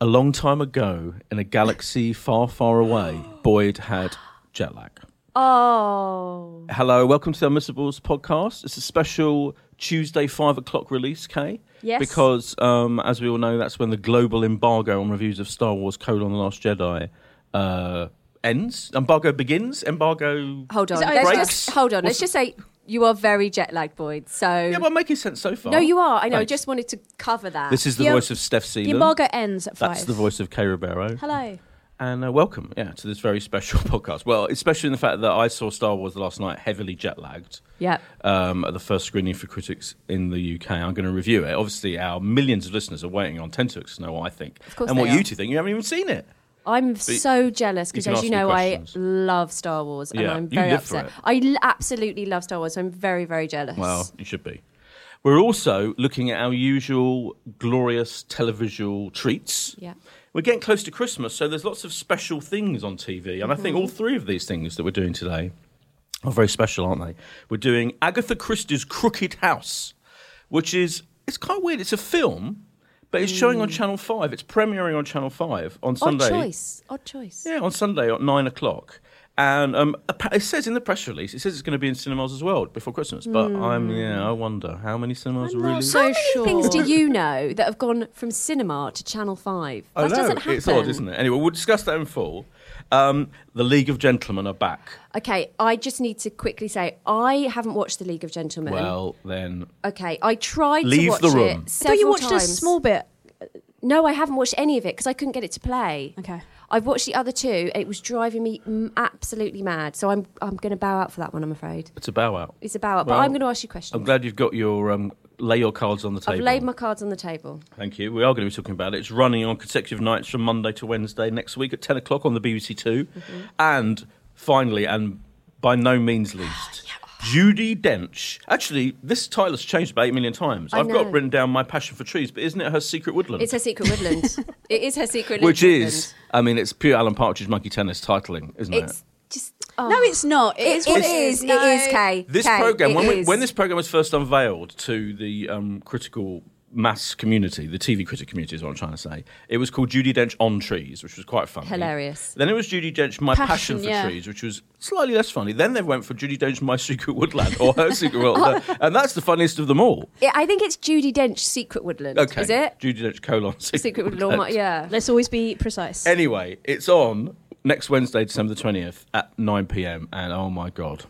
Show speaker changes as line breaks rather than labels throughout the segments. A long time ago, in a galaxy far, far away, Boyd had jet lag.
Oh.
Hello, welcome to the Unmissables podcast. It's a special Tuesday five o'clock release, Kay.
Yes.
Because, um, as we all know, that's when the global embargo on reviews of Star Wars: Colon the Last Jedi uh, ends. Embargo begins. Embargo.
Hold on.
Is it-
Let's
breaks?
just hold on.
What's-
Let's just say you are very jet lagged, Boyd. So
Yeah, but I'm making sense so far.
no, you are. I know. I
Thanks.
just wanted to cover that.
This is the
Yeah.
voice of Steph
The
Sealand.
embargo ends at five.
That's the voice of Kay Ribeiro.
Hello.
And uh, welcome, yeah, to this very special podcast. Well, especially in the fact that I saw Star Wars last night heavily jet lagged
yeah.
um, at the first screening for critics in the UK. I'm going to review it. Obviously, our millions of listeners are waiting on Tentooks to know what I think. Of
course
and
they
what
are.
you two think. You haven't even seen it.
I'm so jealous because,
can
as
ask
you
me
know, I
questions.
love Star Wars and
Yeah,
I'm
you
very
live for
upset. I l- absolutely love Star Wars. I'm very, very jealous.
Well, you should be. We're also looking at our usual glorious televisual treats.
Yeah.
We're getting close to Christmas, so there's lots of special things on TV. And I think
Mm-hmm.
all three of these things that we're doing today are very special, aren't they? We're doing Agatha Christie's Crooked House, which is it's quite weird. It's a film, but it's showing on Channel 5. It's premiering on Channel 5 on
Mm. Odd
Sunday.
choice. Odd choice.
Yeah, on Sunday at nine o'clock. And um, appa- it says in the press release, it says it's going to be in cinemas as well before Christmas. But I'm,
Hmm.
yeah, I wonder how many cinemas are really.
so
How many
sure.
things do you know that have gone from cinema to Channel 5? That
I know,
doesn't happen.
It's odd, isn't it? Anyway, we'll discuss that in full. Um, the League of Gentlemen are back.
Okay, I just need to quickly say I haven't watched The League of Gentlemen.
Well, then,
okay, I tried to
Leave
watch
the room.
it
I thought
several
you watched
times.
a small bit.
No, I haven't watched any of it because I couldn't get it to play.
Okay.
I've watched the other two. and It was driving me m- absolutely mad. So I'm I'm going to bow out for that one. I'm afraid
it's a bow out.
it's a bow out.
Well,
but I'm going to ask you questions.
I'm glad you've got your um, lay your cards on the
I've
table.
laid my cards on the table.
Thank you. We are going to be talking about it. It's running on consecutive nights from Monday to Wednesday next week at 10 o'clock on the BBC 2
Mm-hmm.
And finally, and by no means least, Judy Dench. Actually, this title's changed about 8 million times.
I
have got
know.
written down My Passion for Trees, but isn't it her secret woodland?
It's her secret woodland. it is her secret
Which
woodland.
is, I mean, it's pure Alan Partridge Monkey Tennis titling, isn't it?
It's just. Oh.
No, it's not.
It
is what it
is.
is.
It
No.
is, Kay.
This
Kay,
program,
it
when, we,
is.
when this program was first unveiled to the um, critical mass community, the TV critic community is what I'm trying to say. It was called Judy Dench on Trees, which was quite funny,
Hilarious.
Then it was Judy Dench My Passion,
Passion,
for
yeah.
Trees, which was slightly less funny. Then they went for Judy Dench My Secret Woodland or Her Secret Woodland,
Oh.
and that's the funniest of them all.
Yeah, I think it's Judy Dench's secret woodland.
Okay,
Is it?
Judy Dench colon Secret,
Secret woodland. or my- Yeah.
Let's always be precise.
Anyway, it's on next Wednesday, December the 20th at 9 p.m. And oh my God,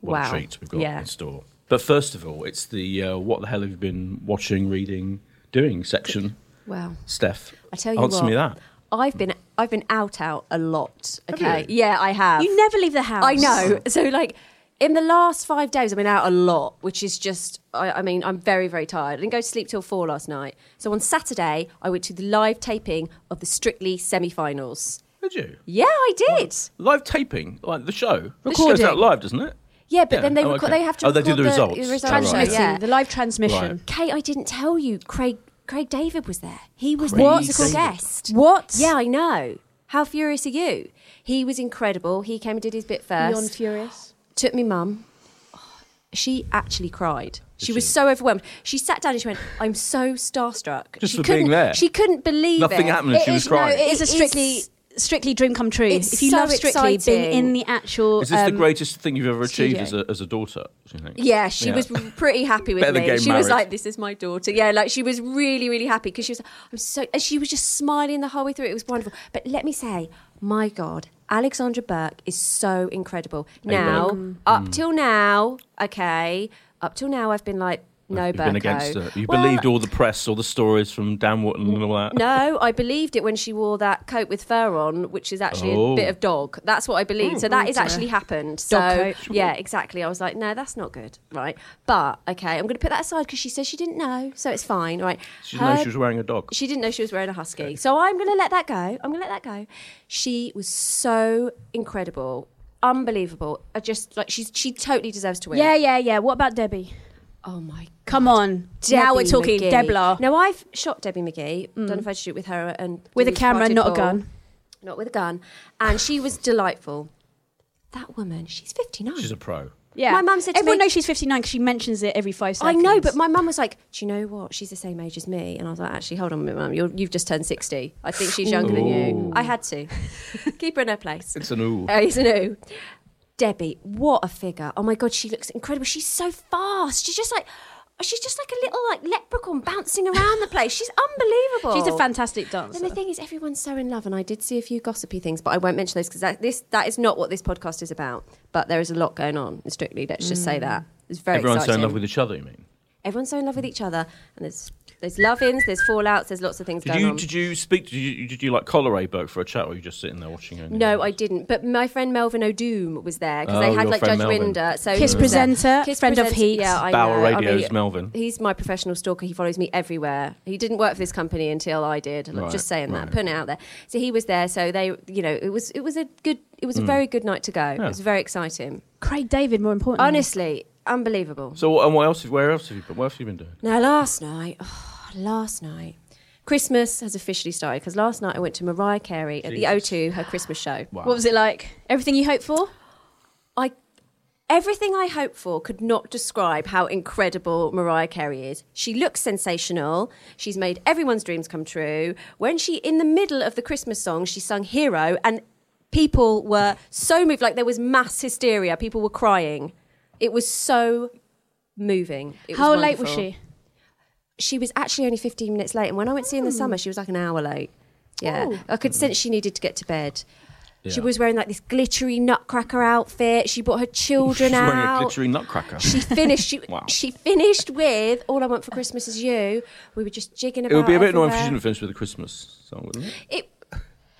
what
Wow.
a treat we've got
Yeah.
in store. But first of all, it's the uh, what the hell have you been watching, reading, doing section.
Wow.
Steph,
I tell you
answer
what,
Oh, me that.
I've been I've been out out a lot.
Have
Okay.
you?
Yeah, I have.
You never leave the house.
I know. So like in the last five days, I've been out a lot, which is just. I, I mean, I'm very very tired. I didn't go to sleep till four last night. So on Saturday, I went to the live taping of the Strictly semi-finals.
Did you
Yeah, I did.
live taping like the show? It goes
Recording.
out live, doesn't it?
Yeah, but
Yeah.
then they
Oh,
record,
okay.
they have to
Oh, they do
record
the results.
The
Oh, right.
results
Transmitting
yeah.
the live transmission.
Kate, I didn't tell you. Craig Craig David was there. He was
Craig
the musical
David.
guest.
What?
Yeah, I know. How furious are you? He was incredible. He came and did his bit first.
Beyond furious.
Took me mum. She actually cried. She was
she?
so overwhelmed. She sat down and she went, "I'm so starstruck."
Just
she
for being
couldn't,
there.
She couldn't believe
Nothing
it.
happened. And she
It
was
is-
crying.
No, it is a
It
strictly
is-
strictly dream come true.
It's
if you
so
love strictly, being
exciting.
in the actual.
Is this the
um,
greatest thing you've ever achieved
studio.
as a, as a daughter? Do you think?
Yeah, she was pretty happy with
Better than
me.
getting
She was
married.
like, "This is my daughter." Yeah, like she was really, really happy because she was. I'm so. And she was just smiling the whole way through. It was wonderful. But let me say, my God, Alexandra Burke is so incredible. Now,
Hmm.
up till now, okay, up till now, I've been like, no,
You've been
Burko.
against it. You
Well,
believed all the press, all the stories from Dan Wharton and all that.
no, I believed it when she wore that coat with fur on, which is actually
Oh.
a bit of dog. That's what I believed.
Oh,
so that is actually happened. So
Dog coat.
yeah, exactly. I was like, no, that's not good, right? But okay, I'm going to put that aside because she says she didn't know, so it's fine, right?
She didn't know
Her-
she was wearing a dog.
she didn't know she was wearing a husky. So I'm going to let that go. I'm going to let that go. She was so incredible, unbelievable. I just like she's she totally deserves to win.
Yeah, yeah, yeah. What about Debbie?
Oh my
Come on. now we're
Debbie
talking
McGee.
Debla Mm.
Now I've shot Debbie McGee. Don't know if I shoot with her and
with a
do
camera,
spotted
not a
ball.
gun.
not with a gun, and she was delightful. That woman, she's fifty nine.
She's a pro.
Yeah.
My mum said to
Everyone
me-
knows she's 59 because she mentions it every five
I
seconds.
know, but my mum was like, "Do you know what? She's the same age as me." And I was like, "Actually, hold on a minute, mum. You're, you've just turned sixty. I think she's younger than you."
Ooh.
I had to keep her in her place.
It's an ooh.
Uh, he's an ooh. Debbie, what a figure! Oh my god, she looks incredible. She's so fast. She's just like, she's just like a little like leprechaun bouncing around the place. She's unbelievable.
She's a fantastic dancer.
And the thing is, everyone's so in love, and I did see a few gossipy things, but I won't mention those because that, this that is not what this podcast is about. But there is a lot going on. Strictly, let's just say that it's
Mm.
very
Everyone's so
exciting.
in love with each other. You mean?
everyone's so in love with each other, and there's there's love-ins, there's fallouts, there's lots of things
Did
going
you
on.
did you speak? Did you did you like collar a boat for a chat, or were you just sitting there watching her?
No, I didn't. But my friend Melvin O'Doom was there because
Oh,
they had
your
like Judge
friend Melvin.
Rinder. So
Kiss
he was there.
presenter, friend of Heat.
Yeah, I
Bauer
know. I
Radio's
mean,
Melvin.
He's my professional stalker. He follows me everywhere. He didn't work for this company until I did. Look,
Right,
just saying that,
right.
putting it out there. So he was there. So they, you know, it was it was a good, it
Mm.
was a very good night to go. It was very exciting.
Craig David, more importantly.
Honestly, unbelievable.
So what- and what else? have- Where else have you been? What else have you been doing?
Now, last night, oh, last night, Christmas has officially started because last night I went to Mariah Carey at the
Jesus.
O2, her Christmas show.
Wow.
What was it like? Everything you hoped for?
I everything I hoped for could not describe how incredible Mariah Carey is. She looks sensational. She's made everyone's dreams come true. When she in the middle of the Christmas song, she sung Hero and people were so moved like there was mass hysteria. People were crying. It was so moving. It was
How late was
wonderful.
she?
She was actually only 15 minutes late and when I went to see her in the summer, she was like an hour late. Yeah.
Oh.
I could sense she needed to get to bed. She
Yeah.
was wearing like this glittery nutcracker outfit. She brought her children
She's wearing a
out.
glittery nutcracker.
She finished. She,
Wow.
she finished with "All I Want for Christmas Is You." We were just jigging about.
It would be a bit annoying if she
everywhere.
didn't finish with the Christmas song, wouldn't it?
It,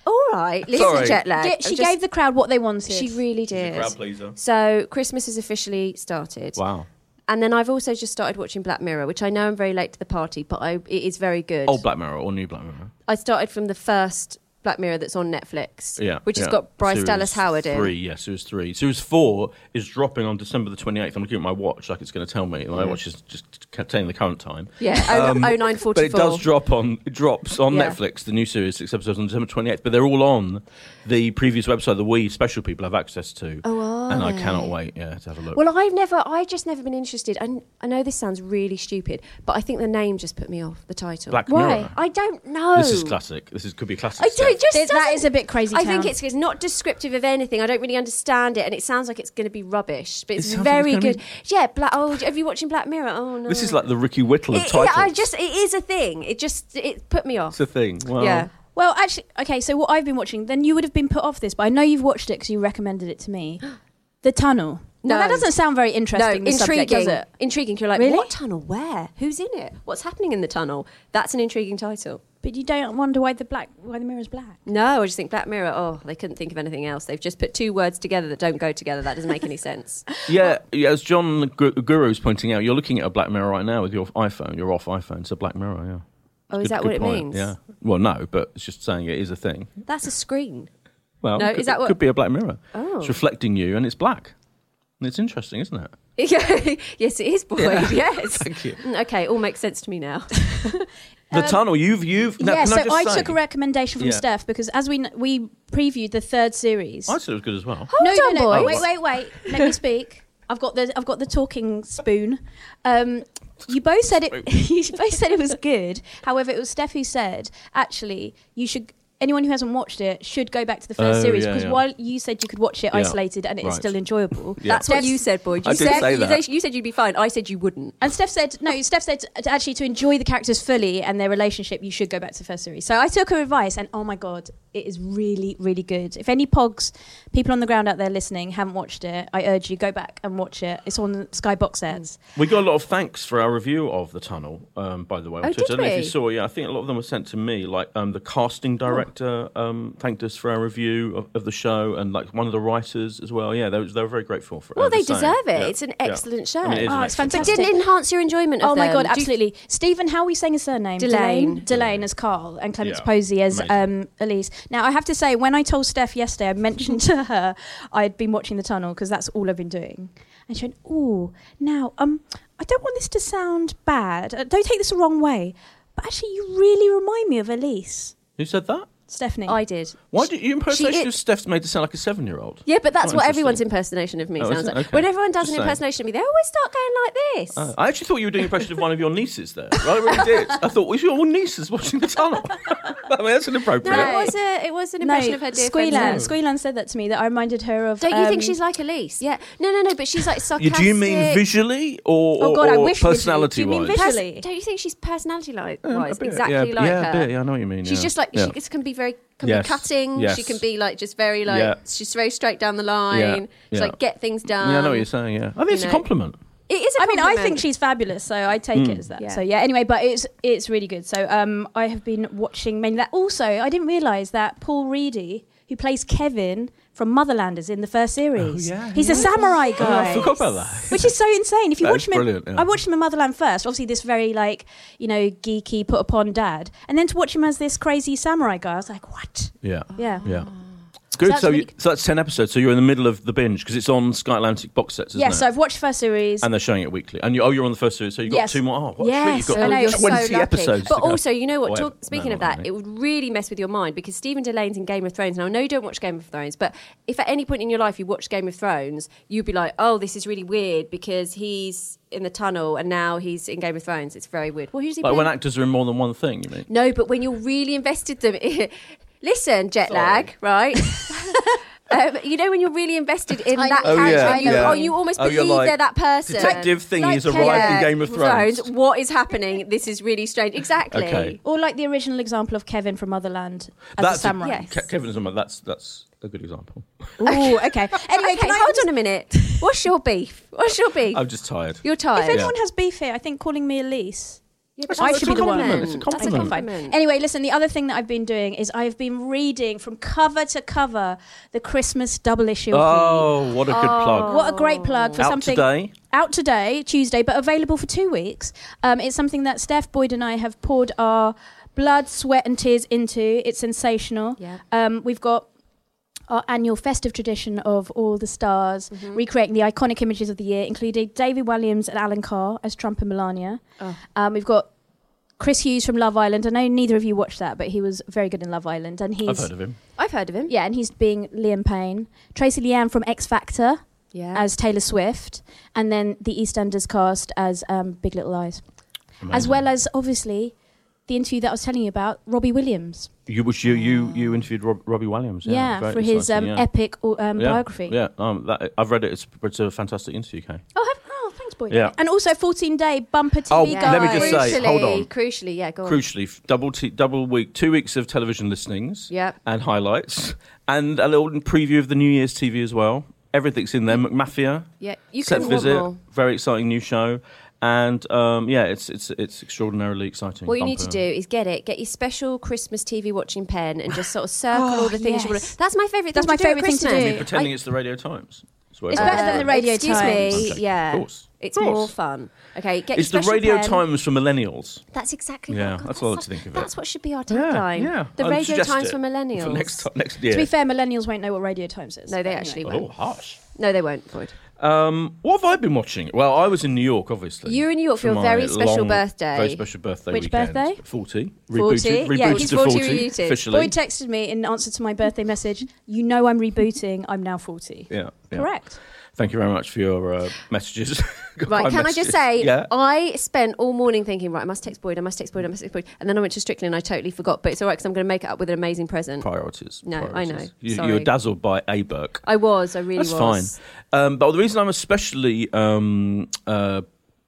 all right, listen,
Sorry.
jet lag.
Ge-
I'm
she
just-
gave the crowd what they wanted.
She really
She's a
did.
crowd pleaser.
So Christmas has officially started.
Wow.
And then I've also just started watching Black Mirror, which I know I'm very late to the party, but I, it is very good.
Old Black Mirror or new Black Mirror?
I started from the first Black Mirror that's on Netflix.
Yeah.
Which
yeah.
has got Bryce
Series
Dallas Howard in.
Three, yeah, series three. Series four is dropping on December the 28th. I'm looking at my watch like it's going to tell me. My watch is just containing the current time.
Yeah. Oh,
Um,
0944.
But it does drop on it drops on
Yeah.
Netflix. The new series, six episodes on December twenty eighth. But they're all on the previous website that we special people have access to.
Oh, are
and I
they?
cannot wait. Yeah, to have a look.
Well, I've never, I've just never been interested. And I know this sounds really stupid, but I think the name just put me off the title.
Black
why?
Mirror.
I don't know.
This is classic. This is could be a classic.
Oh. I don't
step.
just
Th- that
doesn't-
is a bit crazy
I
town.
think it's, it's not descriptive of anything. I don't really understand it, and it sounds like it's going to be rubbish, but it's
sounds like
very
it's gonna
good. Yeah, Black. Oh, have you watching Black Mirror? Oh no.
This is like the Ricky Whittle of
It-
titles.
yeah, I just it is a thing. It just it put me off.
it's a thing. Wow.
yeah.
Well, actually, okay, so what I've been watching, then you would have been put off this, but I know you've watched it because you recommended it to me. The Tunnel.
No.
Now, that doesn't sound very
No,
interesting, the
intriguing.
subject, does it?
Intriguing. You're like,
Really?
what tunnel? Where? Who's in it? What's happening in the tunnel? That's an intriguing title.
But you don't wonder why the black, why the mirror's black.
No, I just think Black Mirror. Oh, they couldn't think of anything else. They've just put two words together that don't go together. That doesn't make any sense.
Yeah, yeah, as John Gu- Guru's pointing out, you're looking at a Black Mirror right now with your iPhone. You're off iPhone, so Black Mirror, yeah.
Oh, is
Good-
that
good
what it
point,
means?
Yeah. Well, no, but it's just saying it is a thing.
That's a screen.
Well,
No,
it could,
is that
it
what-
could be a Black Mirror.
Oh.
It's reflecting you, and it's black. And it's interesting, isn't it?
yes, it is, boy.
Yeah.
Yes.
Thank you.
Mm, Okay, all makes sense to me now.
The
Um,
tunnel. You've you've. Now,
yeah,
can
so
I, just
I
say-
took a recommendation from
Yeah.
Steph because as we kn- we previewed the third series.
I said it was good as well.
no,
Hold
no,
on,
no,
boys.
wait, wait, wait. Let me speak. I've got the I've got the talking spoon. Um, you both said it. You both said it was good. However, it was Steph who said actually you should. Anyone who hasn't watched it should go back to the first
Oh,
series
yeah,
because
yeah.
while you said you could watch it
Yeah.
isolated and it's
Right.
still enjoyable,
Yeah.
That's what you said, boy. You
I did
said
say
you,
that.
you said you'd be fine. I said you wouldn't.
And Steph said, no, Steph said to actually to enjoy the characters fully and their relationship, you should go back to the first series. So I took her advice, and oh my God, it is really, really good. If any pogs, people on the ground out there listening, haven't watched it, I urge you, go back and watch it. It's on Sky Box Sets.
We got a lot of thanks for our review of the tunnel. Um, by the way, on
Oh,
Twitter.
did
I don't know if
we? Oh.
you saw. Yeah, I think a lot of them were sent to me. Like um, the casting director um, thanked us for our review of, of the show, and like one of the writers as well. Yeah, they, was- they were very grateful for.
Well,
uh, the
they
same.
deserve it.
Yeah.
It's an
Yeah.
excellent show.
I mean, it is
Oh,
an
it's
excellent show.
But didn't
Fantastic.
enhance your enjoyment of
Oh my
them.
God,
Do you-
absolutely. Stephen, how are we saying his surname?
Delane.
Delane, Delane as Carl and Clements
Yeah.
Posey as
Amazing.
um, Elise. Now, I have to say, when I told Steph yesterday, I mentioned to her I'd been watching The Tunnel because that's all I've been doing. And she went, Oh, now, um, I don't want this to sound bad. Uh, don't take this the wrong way. But actually, you really remind me of Elise.
Who said that?
Stephanie.
I did.
Why do you impersonation
is-
of Steph's made it sound like it seven year old?
Yeah, but that's
Oh,
what
interesting.
everyone's impersonation of me
Oh, is
sounds
it?
like.
Okay.
When everyone does
Just
an
saying. Oh.
impersonation of me, they always start going like this.
Uh, I actually thought you were doing an impression of one of your nieces there. I really did. I thought, was your nieces watching the tunnel? I mean, that's
No,
inappropriate.
it was a, it was an
No,
impression of her dear friend.
Squealan. Squealan said that to me that I reminded her of.
Don't you think
um,
she's like Elise? Yeah. No, no, no. But she's like
You-
sarcastic.
do you mean visually or, or,
Oh, God, I
or
wish visually.
personality
Do you mean
wise?
Pers-
visually?
don't you think she's personality like
Yeah, Um, a
wise
bit.
exactly
yeah,
like
yeah,
her?
A bit. Yeah, I know what you mean.
She's
yeah.
just like
Yeah.
she just can be very can
Yes.
be cutting.
Yes.
She can be like just very like
Yeah.
she's very straight down the line.
Yeah.
She's
Yeah.
like get things done.
yeah, I know what you're saying. Yeah, I think it's a
um, know.
compliment.
It is. A
I mean, I
compliment.
think she's fabulous, so I take
Mm.
it as that.
Yeah.
So yeah. Anyway, but it's it's really good. So um, I have been watching mainly that. Also, I didn't realise that Paul Reedy, who plays Kevin from Motherlanders in the first series,
Oh, yeah,
he's
he Oh,
a samurai guy.
I forgot about that.
Which is so insane. If you
That
watch
is
him, in-
brilliant, yeah.
I watched him in Motherland first. Obviously, this very like you know geeky put upon dad, and then to watch him as this crazy samurai guy, I was like, what?
Yeah,
Yeah.
yeah. Good.
that's
So, you,
really-
so that's ten episodes. So you're in the middle of the binge because it's on Sky Atlantic box sets, isn't
Yeah,
it?
so I've watched first series.
and they're showing it weekly. And you, oh, you're on the first series, so you've got
Yes.
two more. Oh, what a treat.
Yes,
You've got
I know, you're so
twenty
lucky.
episodes.
But
to go.
also, you know what?
Or
Talk,
ev-
speaking
no,
of
not
that,
really.
it would really mess with your mind because Stephen Delane's in Game of Thrones, and I know you don't watch Game of Thrones, but if at any point in your life you watch Game of Thrones, you'd be like, "Oh, this is really weird because he's in the tunnel and now he's in Game of Thrones. It's very weird." Well, who's he?
like
playing?
when actors are in more than one thing. You mean?
No, but when you're really invested them. Listen, jet lag, right? um, you know when you're really invested in
I
that
know. Oh,
character,
yeah,
and you,
yeah.
oh, you almost
Oh, you're
believe
like,
they're that person.
Detective thingy
Like
has arrived in
yeah,
Game of Thrones.
What is happening? This is really strange. Exactly.
Okay.
or like the original example of Kevin from Motherland as a
That's
samurai.
Yes.
Ke- Kevin's number. That's that's a good example.
Ooh, okay. Anyway,
okay,
can I
hold on a minute. What's your beef? What's your beef?
I'm just tired.
You're
If
tired.
anyone has beef here, I think calling me Elise.
Yeah, but
I
that's
should
a
be the one.
compliment.
It's a
That's
compliment.
compliment.
Anyway, listen, the other thing that I've been doing is I've been reading from cover to cover the Christmas double issue of Me.
Oh, what a good plug!
What a great plug for
Out
something
today.
out today, Tuesday, but available for two weeks. Um, it's something that Steph Boyd and I have poured our blood, sweat, and tears into. It's sensational.
Yeah.
Um, we've got our annual festive tradition of all the stars recreating the iconic images of the year, including David Williams and Alan Carr as Trump and Melania. Um, we've got Chris Hughes from Love Island. I know neither of you watched that, but he was very good in Love Island, and he's
I've heard of him.
I've heard of him.
yeah, and he's being Liam Payne. Tracy Leanne from X Factor
Yeah.
as Taylor Swift, and then the EastEnders cast as um, Big Little Lies, as
Amazing.
well as obviously the interview that I was telling you about, Robbie Williams.
You, which you you you interviewed Rob, Robbie Williams,
Ah. Yeah,
yeah, very
for his um,
exciting, yeah.
epic or, um,
Yeah,
biography.
Yeah, um, that, I've read it. It's, it's a fantastic interview, Kay.
Oh, have, oh, thanks, boy.
Yeah.
And also 14 day bumper TV
Oh,
guide.
let me just say-
crucially,
hold on.
Crucially, yeah, go on.
Crucially, f- double t- double week, two weeks of television listenings,
Yep.
and highlights, and a little preview of the New Year's TV as well. Everything's in there. McMafia,
Yeah, you
set
can
visit,
want more.
very exciting new show, and um, yeah, it's it's it's extraordinarily exciting.
What you need to do
Bumper.
is get it, get your special Christmas TV watching pen, and just sort of circle all the things you want.
Oh, yes.
to That's my favourite.
That's
thing
my
to do at
favourite thing to
Christmas.
do.
You're pretending it's the Radio Times. That's what
It's
everyone
better than
says.
the Radio
excuse
Times.
Me,
Okay,
yeah,
of course,
it's
of course.
more fun. Okay, get
It's
your
the
special
Radio
pen.
Times for millennials.
That's exactly.
Yeah,
what, God,
that's all I to think of it.
That's what should be our
Yeah,
tagline.
yeah.
the
I'd
Radio
suggest
Times
it
for millennials.
For next ti- next year.
To be fair, millennials won't know what Radio Times is.
No, they
But
actually
anyway.
won't.
Oh, harsh.
No, they won't. Void.
Um, what have I been watching? Well, I was in New York, obviously.
You were in New York for your
my
very special
long-
birthday.
Very special birthday.
Which
weekend.
birthday?
Forty.
40?
Rebooted. Rebooted
Yeah,
he's
to
40
forty.
rebooted.
Officially.
Boyd texted me in answer to my birthday message, you know I'm rebooting, I'm now 40.
yeah, yeah.
Correct.
Thank you very much for your uh, messages. Got
Right,
my
can I
messages.
just say, oh
Yeah.
I spent all morning thinking, right, I must text Boyd, I must text Boyd, I must text Boyd. And then I went to Strickland and I totally forgot, but it's all right because I'm going to make it up with an amazing present.
Priorities.
No, I
priorities.
know.
You,
Sorry.
you were dazzled by A Burke.
I was, I really
That's
was.
fine. Um, but the reason I'm especially um, uh,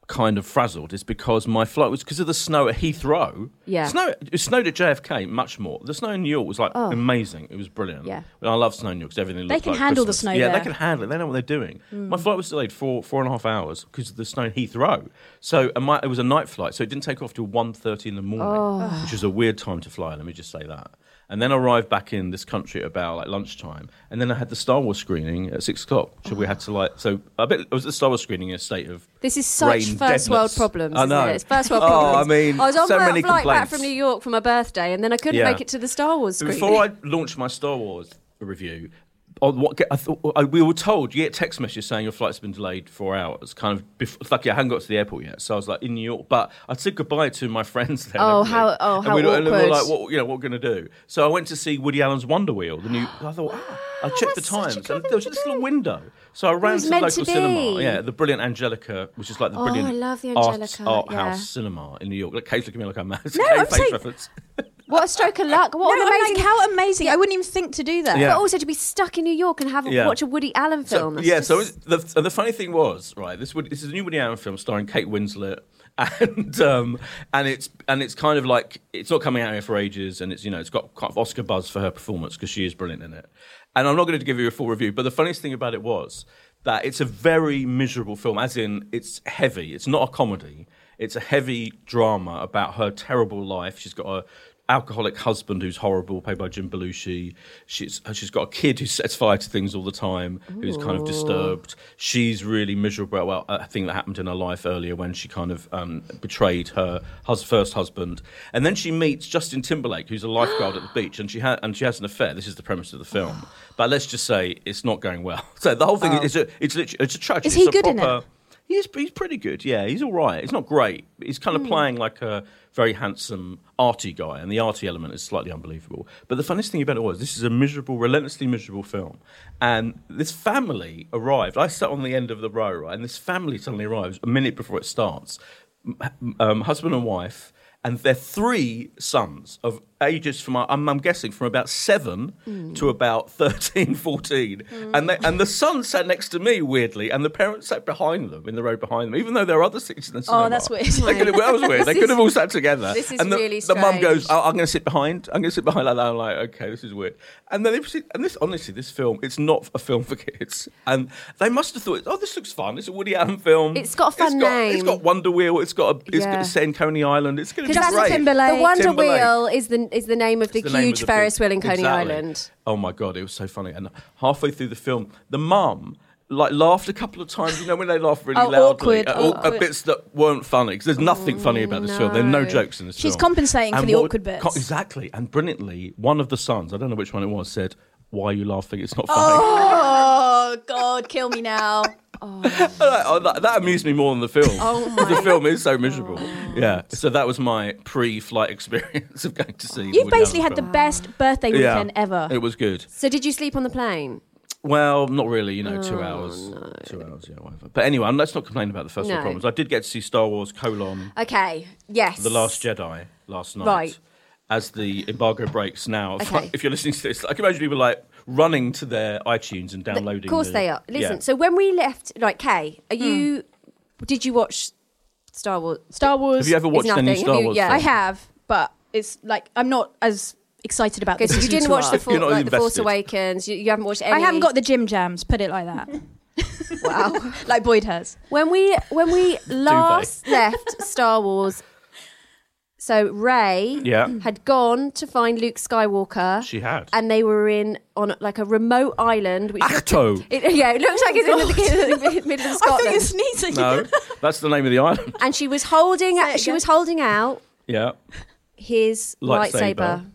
kind of frazzled is because my flight was because of the snow at Heathrow.
Yeah.
Snow, it snowed at JFK much more. The snow in New York was like amazing. It was brilliant.
Oh. Yeah.
And I love snow in New York because everything
They
looked
can
like
handle the
Christmas.
snow
Yeah,
there.
they can handle it. They know what they're doing. My flight was delayed for four and a half hours because of the snow in Heathrow. So and my, it was a night flight, so it didn't take off till 1.30 in the morning, which is a weird time to fly. Let me just say that. And then I arrived back in this country at about like lunchtime, and then I had the Star Wars screening at six o'clock. So we had to like, so I bet it was the Star Wars screening in a state of
This is such
Rain,
first world
deadness.
problems.
I know.
Isn't it? It's first world
Oh,
problems.
I mean,
I was on
so
my
many
flight back
complaints.
from New York for my birthday, and then I couldn't
Yeah.
make it to the Star Wars screen.
Before I launch my Star Wars review, on what I thought, I, we were told you get text messages saying your flight's been delayed four hours. Kind of before, like yeah, I hadn't got to the airport yet, so I was like in New York. But I said goodbye to my friends there. and
Oh,
everything.
how- oh,
and
how
we, were- and we were
awkward.
like, what you know, what we're gonna do? So I went to see Woody Allen's Wonder Wheel. The new. I thought ah, I checked the
that's such a
times,
cool
and
thing
there was
to
this little
do.
window. So I ran
was
to the
meant to
local cinema.
be.
Yeah, the brilliant Angelica, which is like the
Oh,
brilliant
I love the
art-
Angelica,
art,
yeah.
house cinema in New York. Like, Kate's looking at me like I'm mad. No,
I'm
face
saying-
reference.
What a stroke of luck! What
No,
an
I'm
amazing
like, how amazing! I wouldn't even think to do that.
Yeah.
But also to be stuck in New York and have
Yeah.
watch a Woody Allen
So,
film. that's
yeah, so
just-
it's, the, so the funny thing was, right, this would this is a new Woody Allen film starring Kate Winslet and um and it's and it's kind of like it's not coming out here for ages and it's you know it's got kind of Oscar buzz for her performance because she is brilliant in it. And I'm not going to give you a full review, but the funniest thing about it was that it's a very miserable film as in it's heavy. It's not a comedy. It's a heavy drama about her terrible life. She's got a alcoholic husband who's horrible, played by Jim Belushi. She's uh, she's got a kid who sets fire to things all the time, who's kind of disturbed. She's really miserable about a thing that happened in her life earlier when she kind of um, betrayed her hus- first husband, and then she meets Justin Timberlake, who's a lifeguard at the beach, and she ha- and she has an affair. This is the premise of the film, but let's just say it's not going well. So the whole thing is a it's literally, it's a tragedy.
Oh. Is he
it's a
good in it?
proper- He's he's pretty good. Yeah, he's all right. It's not great. He's kind of playing like a very handsome arty guy, and the arty element is slightly unbelievable. But the funniest thing about it was this is a miserable, relentlessly miserable film, and this family arrived. I sat on the end of the row, right, and this family suddenly arrives a minute before it starts, M- um, husband and wife. And they're three sons of ages from, I'm, I'm guessing, from about seven
Hmm.
to about 13, 14. And, they, and the son sat next to me, weirdly, and the parents sat behind them in the row behind them, even though there are other seats in the cinema.
that's weird.
They could have, that was weird. They
Oh, This
could have
is-
all sat together.
this is
and the,
really
the mum goes,
strange.
oh, I'm going to sit behind. I'm going to sit behind like that. I'm like, okay, this is weird. And then they proceed, and this, honestly, this film, it's not a film for kids. And they must have thought, oh, this looks fun. It's a Woody Allen film.
It's got a fun
got- It's
name.
got Wonder Wheel. It's got a, it's
Yeah.
got set in Coney Island. It's going to be
that's
Because
Justin
great.
that's
Timberlake.
The Wonder
Timberlake.
Wheel is the is the name of the,
It's the name of
huge
the big-
Ferris wheel in Coney
Exactly.
Island.
Oh my god, it was so funny. And halfway through the film, the mum like laughed a couple of times. You know when they laugh really
Oh,
loudly
awkward,
at, all-
awkward.
at bits that weren't funny because there's nothing funny about this film. There are no
no.
jokes in this
She's
film.
compensating for the
what-
awkward bits.
co- exactly. And brilliantly, one of the sons, I don't know which one it was, said, "Why are you laughing? It's not funny."
Oh God, kill me now.
Like, oh, that, that amused me more than the film. Oh the film is so miserable. Yeah. So that was my pre-flight experience of going to see. the
You've
Woody
basically
Allen
had the
film.
best birthday
Yeah.
weekend ever.
It was good.
So did you sleep on the plane?
Well, not really. You know,
Oh,
two hours, two hours, yeah, whatever. But anyway, let's not complain about the first world
No.
problems. I did get to see Star Wars: Colon,
Okay. Yes.
The Last Jedi, last night.
Right.
As the embargo breaks now, If-
Okay.
if you're listening to this, I can imagine people like running to their iTunes and downloading.
Of course
the-
they are. Listen.
yeah.
So when we left, like Kay, are you? Did you watch Star Wars?
Star Wars.
have you ever
It's
watched any
nothing.
Star
Have you-
Wars?
yeah.
I
film?
have, but it's like I'm not as excited about
Okay,
this.
so you
as you
didn't
two
watch
are.
the, for,
You're not
like, the Force
invested.
Awakens. You, you haven't watched any.
I haven't got the gym jams. Put it like that.
Wow.
like Boyd has.
when we when we last left Star Wars, so Ray
Yeah.
had gone to find Luke Skywalker.
She had.
and they were in on like a remote island. Which
Acto.
It, yeah, it looks like it's in the, the middle of Scotland.
sneezing.
No, that's the name of the island.
and she was holding
Say it
she
again.
was holding out
Yeah.
his
Lightsaber.
lightsaber.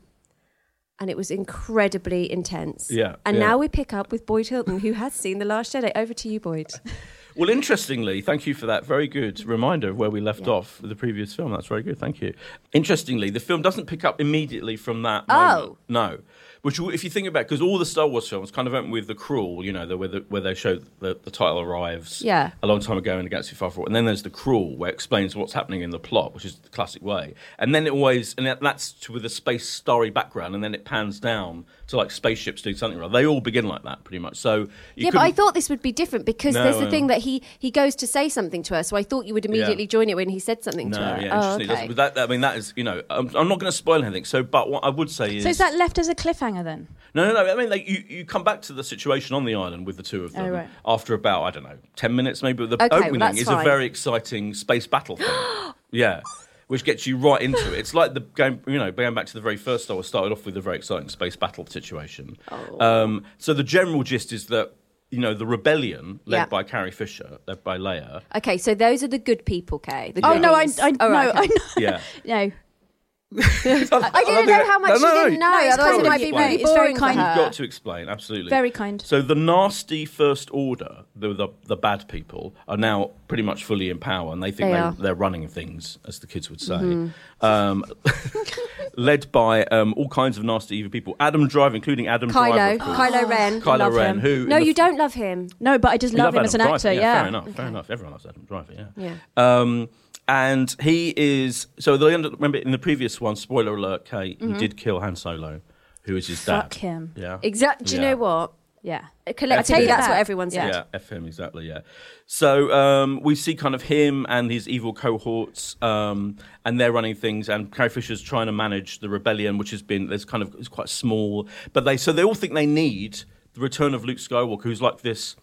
And it was incredibly intense.
Yeah,
And
yeah.
now we pick up with Boyd Hilton, who has seen The Last Jedi. Over to you, Boyd.
Well, interestingly, thank you for that very good reminder of where we left off with the previous film. That's very good. Thank you. Interestingly, the film doesn't pick up immediately from that. Moment.
Oh.
no. Which, w- if you think about, because all the Star Wars films kind of open with the crawl, you know, the, where, the, where they show the, the title arrives
Yeah.
a long time ago in A Galaxy Far Forward, and then there's the crawl where it explains what's happening in the plot, which is the classic way. And then it always, and that- that's to, with a space starry background, and then it pans down to like spaceships doing something. Right, they all begin like that pretty much. So you
yeah, but I
couldn't-
thought this would be different because
No,
there's the
no.
thing that he he goes to say something to her. So I thought you would immediately join it when he said something
No,
to her.
yeah,
oh,
interesting. That's-
okay.
But that, I mean, that is, you know, I'm, I'm not going to spoil anything. So, but what I would say is,
So is that left as a cliffhanger then?
no, no, no. I mean, like you, you come back to the situation on the island with the two of them
Oh, right.
after about I don't know ten minutes maybe. The
Okay, well,
opening
that's
is a
fine.
very exciting space battle thing. yeah. Which gets you right into it. It's like the game, you know, going back to the very first Star Wars started off with a very exciting space battle situation.
Oh.
Um, so the general gist is that, you know, the rebellion led
Yeah.
by Carrie Fisher, led by Leia.
okay, so those are the good people, Kay. The
Oh no, I,
goodies.
I
All
no,
right, okay.
I know.
Yeah.
No,
I
didn't know how much you didn't know,
you've
otherwise
got
it
to
might be
explain.
really It's very boring for kind.
You've
her.
got to explain, absolutely.
Very kind.
So the nasty First Order, the the, the bad people, are now pretty much fully in power, and they think
They
they
are.
are they're running things, as the kids would say.
Mm-hmm.
Um, led by um, all kinds of nasty, evil people. Adam Driver, including Adam Driver.
Kylo,
of course.
Kylo Ren.
Kylo
Oh, Love
Ren,
him.
who in
No,
the
you don't love him.
No, but I just
we
love, him as an
Driver,
actor. Yeah.
fair enough, fair enough. Everyone loves Adam Driver, yeah.
Yeah.
Um, and he is so they end up, remember in the previous one. Spoiler alert, Kate, he did kill Han Solo, who is his dad.
Mm-hmm. Fuck him.
Yeah,
Exactly. Do you
Yeah.
know what?
Yeah.
I
Collectively,
take
that's
that.
what everyone said.
Yeah, FM exactly. Yeah. So um, we see kind of him and his evil cohorts, um, and they're running things. And Carrie Fisher's trying to manage the rebellion, which has been there's kind of it's quite small, but they so they all think they need the return of Luke Skywalker, who's like this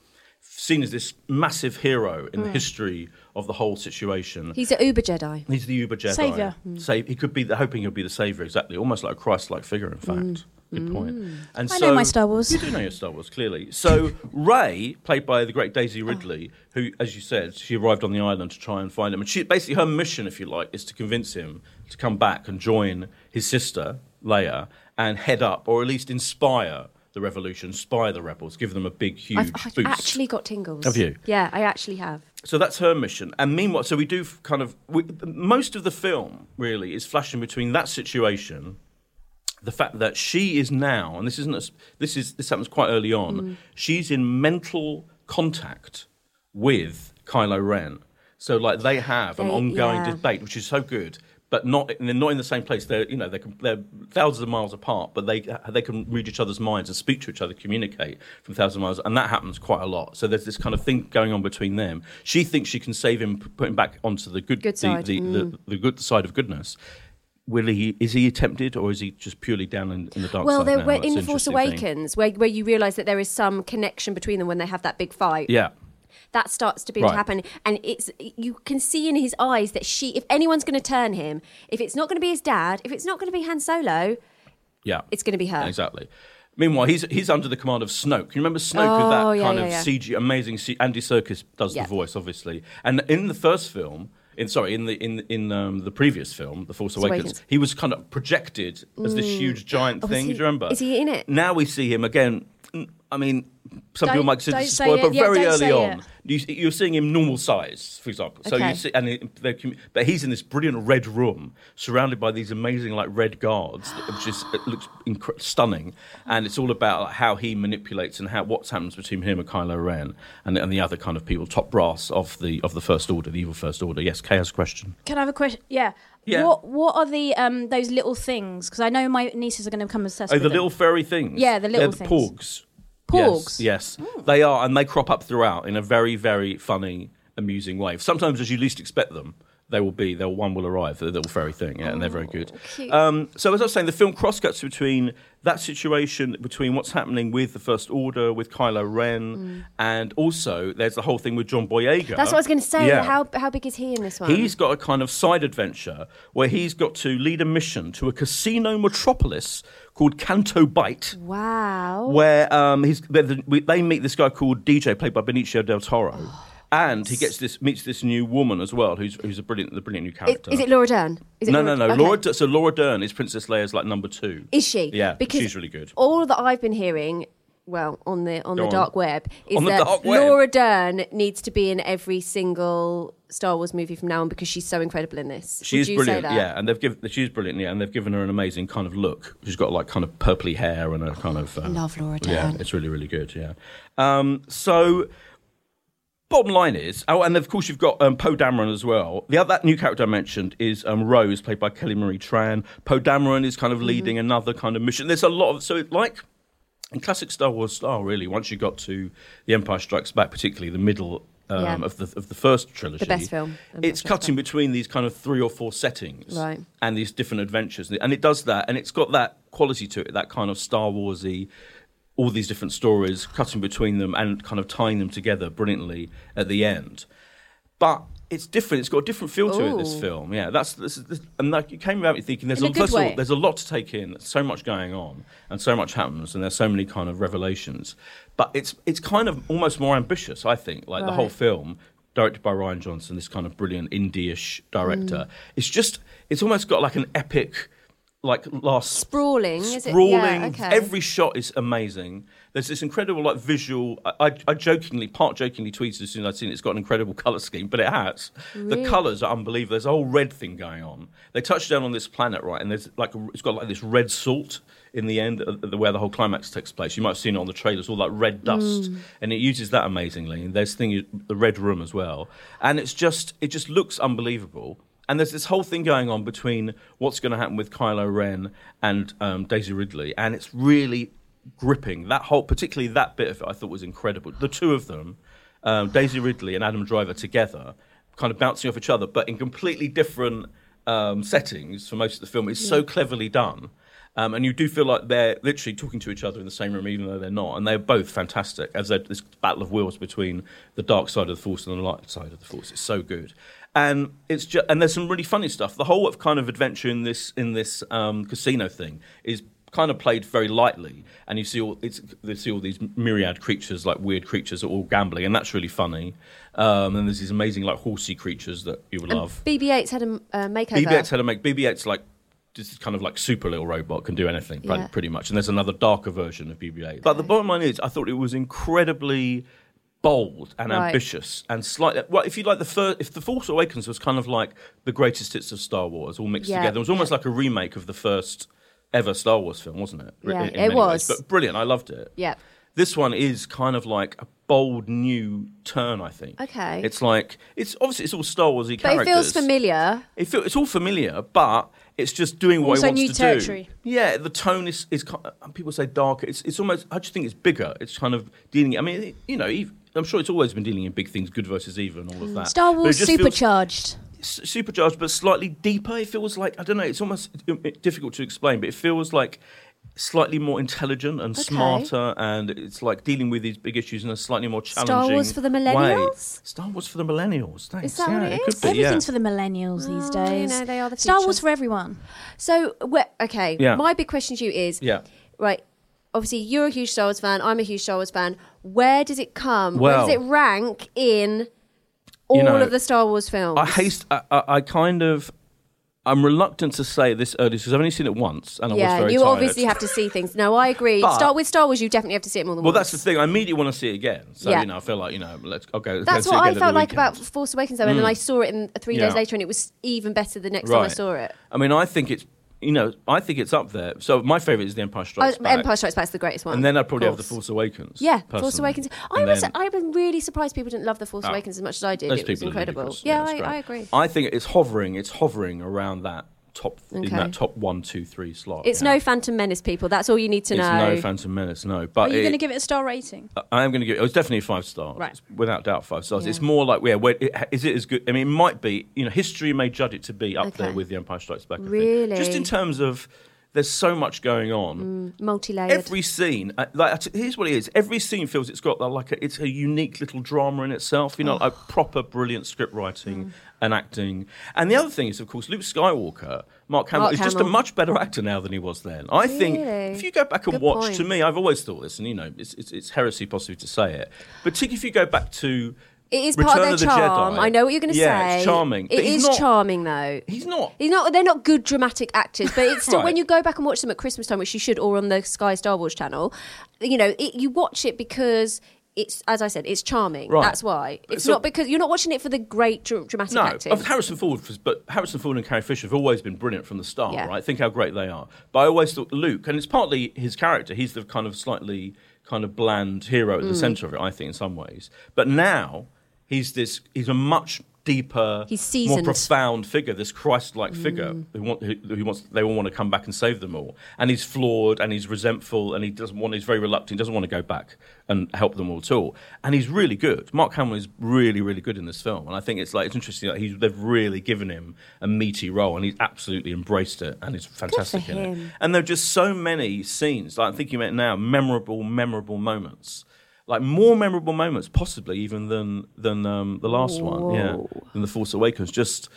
seen as this massive hero in
Mm.
the history of the whole situation.
He's an Uber Jedi.
He's the Uber Jedi.
Saviour.
Save, he could be the, hoping he'll be the savior, exactly. Almost like a Christ-like figure, in fact. Good point. And
Hmm. I
so,
know my Star Wars.
You do know your Star Wars, clearly. So Ray, played by the great
Oh.
Daisy Ridley, who, as you said, she arrived on the island to try and find him. And she basically her mission, if you like, is to convince him to come back and join his sister Leia and head up, or at least inspire the revolution, spy the rebels, give them a big, huge
I've, I've
boost.
actually got tingles.
Have you?
Yeah, I actually have.
So that's her mission. And meanwhile, so we do f- kind of we, most of the film really is flashing between that situation, the fact that she is now, and this isn't a s this is this happens quite early on.
Mm.
She's in mental contact with Kylo Ren. So like they have an
They-
ongoing
yeah.
debate, which is so good. But not, and they're not in the same place. They're, you know, they're, com- they're thousands of miles apart, but they they can read each other's minds and speak to each other, communicate from thousands of miles, and that happens quite a lot. So there's this kind of thing going on between them. She thinks she can save him, p- put him back onto the good,
Good
the,
side. mm.
the, the, the good side of goodness. Will he? Is he tempted, or is he just purely down in, in the dark
Well,
side?
there
now?
were
That's
in
an
Force
interesting thing.
Awakens, where, where you realise that there is some connection between them when they have that big fight.
Yeah.
That starts to be
Right.
to happen, and it's you can see in his eyes that she, if anyone's going to turn him, if it's not going to be his dad, if it's not going to be Han Solo,
Yeah.
it's going to be her.
Exactly. Meanwhile, he's he's under the command of Snoke. You remember Snoke with
Oh,
that
yeah,
kind
yeah,
of
yeah.
CG, amazing. C- Andy Serkis does
Yeah.
the voice, obviously. And in the first film, in sorry, in the in in um, the previous film, The Force Awakens,
Awakens.
he was kind of projected as this huge giant
Oh, is
thing.
he-
Do you remember?
is he in it?
Now we see him again. mm, I mean, some
Don't-
people might consider
don't
this a
say
spoiler,
it.
but
Yeah,
very
don't
early
say
on,
it.
you, see- you're seeing him normal size, for example. So
Okay.
you see, and it, they're commu- but he's in this brilliant red room, surrounded by these amazing like red guards, that are just it looks incre- stunning. And it's all about like, how he manipulates and how what happens between him and Kylo Ren and, and the other kind of people, top brass of the of the First Order, the evil First Order. Yes, Kay has a question.
Can I have a question? Yeah.
Yeah.
What What are the um those little things? Because I know my nieces are going to become obsessed.
Oh,
with
the
them.
little fairy things.
Yeah, the little
They're Porgs.
things.
Yes,
Porgs? Hmm.
Yes, they are, and they crop up throughout in a very, very funny, amusing way. Sometimes, as you least expect them, they will be. They'll one will arrive. The little fairy thing, yeah, and they're very good.
Oh,
Um, so, as I was saying, the film cross cuts between that situation, between what's happening with the First Order, with Kylo Ren,
Mm.
and also there's the whole thing with John Boyega.
That's what I was going to say.
Yeah.
How how big is he in this one?
He's got a kind of side adventure where he's got to lead a mission to a casino metropolis called Canto Bight
wow.
where um, he's, where the, we, they meet this guy called DJ, played by Benicio del Toro, and he gets this meets this new woman as well, who's who's a brilliant the brilliant new
Is,
character.
is it Laura Dern? Is it
no,
Laura
no, no,
Okay.
Laura. Dern- So Laura Dern is Princess Leia's like number two.
Is she?
Yeah,
because
she's really good.
All that I've been hearing, well, on the on
Go
the
on.
dark web, is
On the
that
dark web.
Laura Dern needs to be in every single Star Wars movie from now on because she's so incredible in this.
She
Would
is
you
brilliant,
say that?
yeah, and they've given she's brilliant, yeah, and they've given her an amazing kind of look. She's got like kind of purpley hair and a kind of uh,
love Laura
Yeah,
Dern.
it's really really good. Yeah, um, so Bottom line is, oh, and of course you've got um, Poe Dameron as well. The other that new character I mentioned is um, Rose, played by Kelly Marie Tran. Poe Dameron is kind of
Mm-hmm.
leading another kind of mission. There's a lot of so it, like in classic Star Wars style, really. Once you got to The Empire Strikes Back, particularly the middle um,
Yeah.
of the of the first trilogy,
best film, Empire
it's
Strikes
cutting between these kind of three or four settings,
Right.
and these different adventures, and it does that, and it's got that quality to it, that kind of Star Warsy all these different stories, cutting between them and kind of tying them together brilliantly at the end. But it's different. It's got a different feel to it. This
Ooh.
film, yeah. That's this, is- this, and like you came out thinking there's
In a
a,
good
first of all,
way.
there's a lot to take in. There's so much going on, and so much happens, and there's so many kind of revelations. But it's it's kind of almost more ambitious, I think. Like the whole
Right.
film, directed by Ryan Johnson, this kind of brilliant indie-ish director. It's just it's almost got like an epic like last
Sprawling, is it?
sprawling.
Yeah, okay.
Every shot is amazing. There's this incredible like visual. I, I, I jokingly, part jokingly, tweeted as soon as I'd seen it. It's got an incredible color scheme, but it has. The colors are unbelievable. There's a whole red thing going on. They touch down on this planet, right? And there's like it's got like this red salt in the end, uh, the- where the whole climax takes place. You might have seen it on the trailers, all that red dust,
Mm.
and it uses that amazingly. And there's thing the red room as well, and it's just it just looks unbelievable. And there's this whole thing going on between what's going to happen with Kylo Ren and um, Daisy Ridley, and it's really gripping. That whole, particularly that bit of it, I thought was incredible. The two of them, um, Daisy Ridley and Adam Driver together, kind of bouncing off each other, but in completely different um, settings for most of the film. It's so cleverly done. Um, and you do feel like they're literally talking to each other in the same room, even though they're not. And they're both fantastic as they're- this battle of wills between the dark side of the force and the light side of the force. It's so good, and it's just and there's some really funny stuff. The whole of kind of adventure in this in this um, casino thing is kind of played very lightly, and you see all it's they see all these myriad creatures, like weird creatures, that are all gambling, and that's really funny. Um, and there's these amazing like horsey creatures that you will love.
BB-8's had a uh, makeover.
BB-8 had to make BB-8's like this is kind of like super little robot can do anything pretty,
Yeah.
pretty much. And there's another darker version of BB-8. But the bottom line is, I thought it was incredibly bold and
Right.
ambitious and slightly. Well, if you like the first, if the Force Awakens was kind of like the greatest hits of Star Wars all mixed
Yeah.
together, it was almost like a remake of the first ever Star Wars film, wasn't it?
Yeah, it
many ways.
was.
But brilliant. I loved it.
Yeah.
This one is kind of like a bold new turn. I think.
Okay.
It's like it's obviously it's all Star Warsy
But
characters.
it feels familiar.
It feel, it's all familiar, but it's just doing what
Also
it wants
new
to
territory.
do. Yeah, the tone is is ki- and people say darker. It's it's almost. I just think it's bigger. It's kind of dealing. I mean, you know, ev I'm sure it's always been dealing in big things, good versus evil, and all
Hmm.
of that.
Star
Uh, But it
Wars
just feels-
supercharged.
s- supercharged but slightly deeper. It feels like I don't know. It's almost i- i- difficult to explain, but it feels like slightly more intelligent and smarter, and it's like dealing with these big issues in a slightly more
Star
challenging.
Wars for the
Way.
millennials?
Star Wars for the millennials. Thanks.
that
yeah,
what it
it
is?
could be. Yeah.
Everything's for the millennials these
Oh, you
days.
know, they are the
Star Wars
future.
for everyone.
So, we okay.
Yeah.
My big question to you is,
Yeah.
right? Obviously, you're a huge Star Wars fan. I'm a huge Star Wars fan. Where does it come? Where does
Well-
it rank in all
know,
of the Star Wars films?
I haste. I, I, I kind of. I'm reluctant to say this early because I've only seen it once, and I was
yeah,
very
you
tired.
obviously have to see things. No, I agree.
But-
Start with Star Wars. You definitely have to see it more than
Well, that's
once.
the thing. I immediately want to see it again. So
Yeah.
you know, I feel like you know, let's okay.
That's
let's go see it
what
again
I
at the
felt like
weekend. Mm.
about Force Awakens, though, and then I saw it in three
Yeah.
days later, and it was even better the next time I saw it.
I mean, I think it's you know, I think it's up there. So my favorite is the Empire Strikes
Oh,
Back,
Empire Strikes Back's the greatest one.
and then I'd probably
of
have the
course.
Force Awakens.
Yeah, Force
personally.
Awakens. I
And
was,
then- Ah,
I've been really surprised people didn't love the Force Awakens as much as I did.
Those
It was
people are
incredible.
ludicrous.
Yeah,
it's great.
I, I agree.
I think it's hovering. It's hovering around that top in
Okay.
that top one, two, three slot.
It's
yeah.
no Phantom Menace, people. That's all you need to
It's
know.
no Phantom Menace. No,
Are
but
you
Uh, it-
going to give it a star rating?
I am going to give it. It was definitely five stars,
Right.
without doubt, five stars. It's
Yeah.
more like yeah, where, it- is it as good? I mean, it might be. You know, history may judge it to be up there
Okay.
with The Empire Strikes Back. I think.
Really?
just in terms of there's so much going on.
Multi-layered.
Every scene, uh, like I t- here's what it is. Every scene feels it's got that, like a, it's a unique little drama in itself. You know, like
Oh.
proper brilliant script writing
Mm.
and acting. And the other thing is, of course, Luke Skywalker, Mark Hamill,
Mark
is just a
Hamill.
much better actor now than he was then. I think
Really?
if you go back and
Good
watch,
point.
to me, I've always thought this, and you know, it's, it's, it's heresy possibly to say it, but particularly if you go back to
it is
Return
part of their
the
charm.
Jedi,
I know what you're going to
yeah,
say.
it's charming.
It
but he's
is
not,
charming, though.
He's not.
He's not. They're not good dramatic actors, but it's still
Right.
when you go back and watch them at Christmas time, which you should, or on the Sky Star Wars channel. You know, it, you watch it because it's, as I said, it's charming.
Right.
That's why. It's
So-
not because you're not watching it for the great dra- dramatic
No,
acting.
of Harrison Ford, but Harrison Ford and Carrie Fisher have always been brilliant from the start,
Yeah.
right? Think how great they are. But I always thought Luke, and it's partly his character. He's the kind of slightly kind of bland hero
Mm.
at the centre of it, I think, in some ways. But now he's this. He's a much deeper,
He's
more
seasoned.
profound figure, this Christ-like figure
Mm.
who, want, who, who wants. They all want to come back and save them all, and he's flawed, and he's resentful, and he doesn't want. He's very reluctant. He doesn't want to go back and help them all at all. And he's really good. Mark Hamill is really, really good in this film, and I think it's like it's interesting that he's they've really given him a meaty role, and he's absolutely embraced it, and he's fantastic in it.
him.
And there are just so many scenes. Like I'm thinking about it now, memorable, memorable moments. Like more memorable moments, possibly even than than um, the last one. Yeah
Whoa.
than the Force Awakens. Just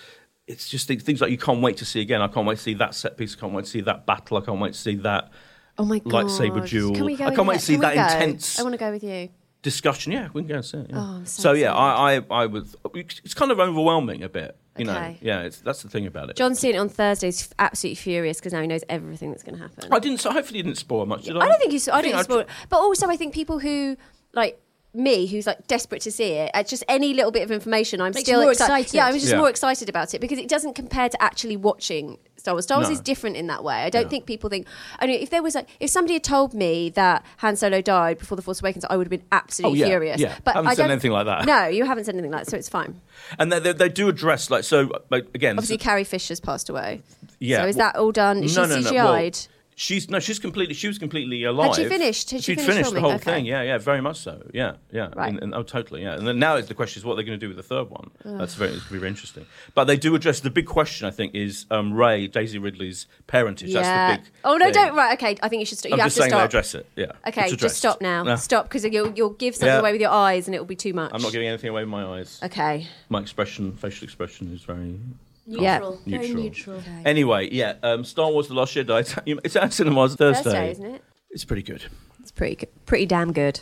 it's just thi- things like you can't wait to see again. I can't wait to see that set piece. I can't wait to see that battle. I can't wait to see that
Oh my god!
lightsaber duel.
Can we go
I can't wait
again?
to see
Can
that
we go?
intense-
I want to go with you.
discussion. Yeah, we can go and see it. Yeah.
Oh, I'm so
so yeah, I, I, I was. It's kind of overwhelming a bit. You know,
Okay.
yeah, it's, that's the thing about it.
John's seen it on Thursday. He's f- absolutely furious because now he knows everything that's going to happen.
I didn't. So hopefully, you didn't spoil much. Did I?
I don't think you. I don't think you
I-
spoil. it. But also, I think people who like me, who's like desperate to see it, at just any little bit of information, I'm
Makes you
still
more
excite-
excited.
Yeah, I was just
Yeah.
more excited about it because it doesn't compare to actually watching Star Wars. Star Wars
No.
is different in that way. I don't
Yeah.
think people think. I mean, if there was like, if somebody had told me that Han Solo died before the Force Awakens, I would have been absolutely
Oh, yeah,
furious.
yeah.
but
Haven't
I
said
don't-
anything like that.
No, you haven't said anything like that, so it's fine.
And they, they, they do address like so. Like, again,
Obviously, Carrie Fisher's passed away.
Yeah,
So is
well-
that all done? Is
no,
she
no, no.
CGI'd?
Well, she's no, she's completely. She was completely alive.
finished? Had she
She'd
finished
finished the
filming?
whole
Okay.
thing. Yeah, yeah, very much so. Yeah, yeah.
Right.
And, and- oh, totally. Yeah. And then now is the question is what they're going to do with the third one. That's very, it's gonna be very interesting. But they do address the big question. I think is um, Ray Daisy Ridley's parentage. That's the big.
Oh no!
thing.
Don't right. Okay, I think you should. St- you
I'm
have
just
to
saying they
stop.
address it. Yeah.
Okay,
It's
just
addressed.
stop now.
No,
Stop because you'll you'll give something
Yeah.
away with your eyes, and it will be too much.
I'm not giving anything away with my eyes.
Okay.
My expression, facial expression, is very
Neutral.
neutral.
Okay.
Anyway, yeah. Um, Star Wars: The Last Jedi. It's, it's out in cinemas Thursday.
Thursday, isn't it?
It's pretty good.
It's pretty good. pretty damn good.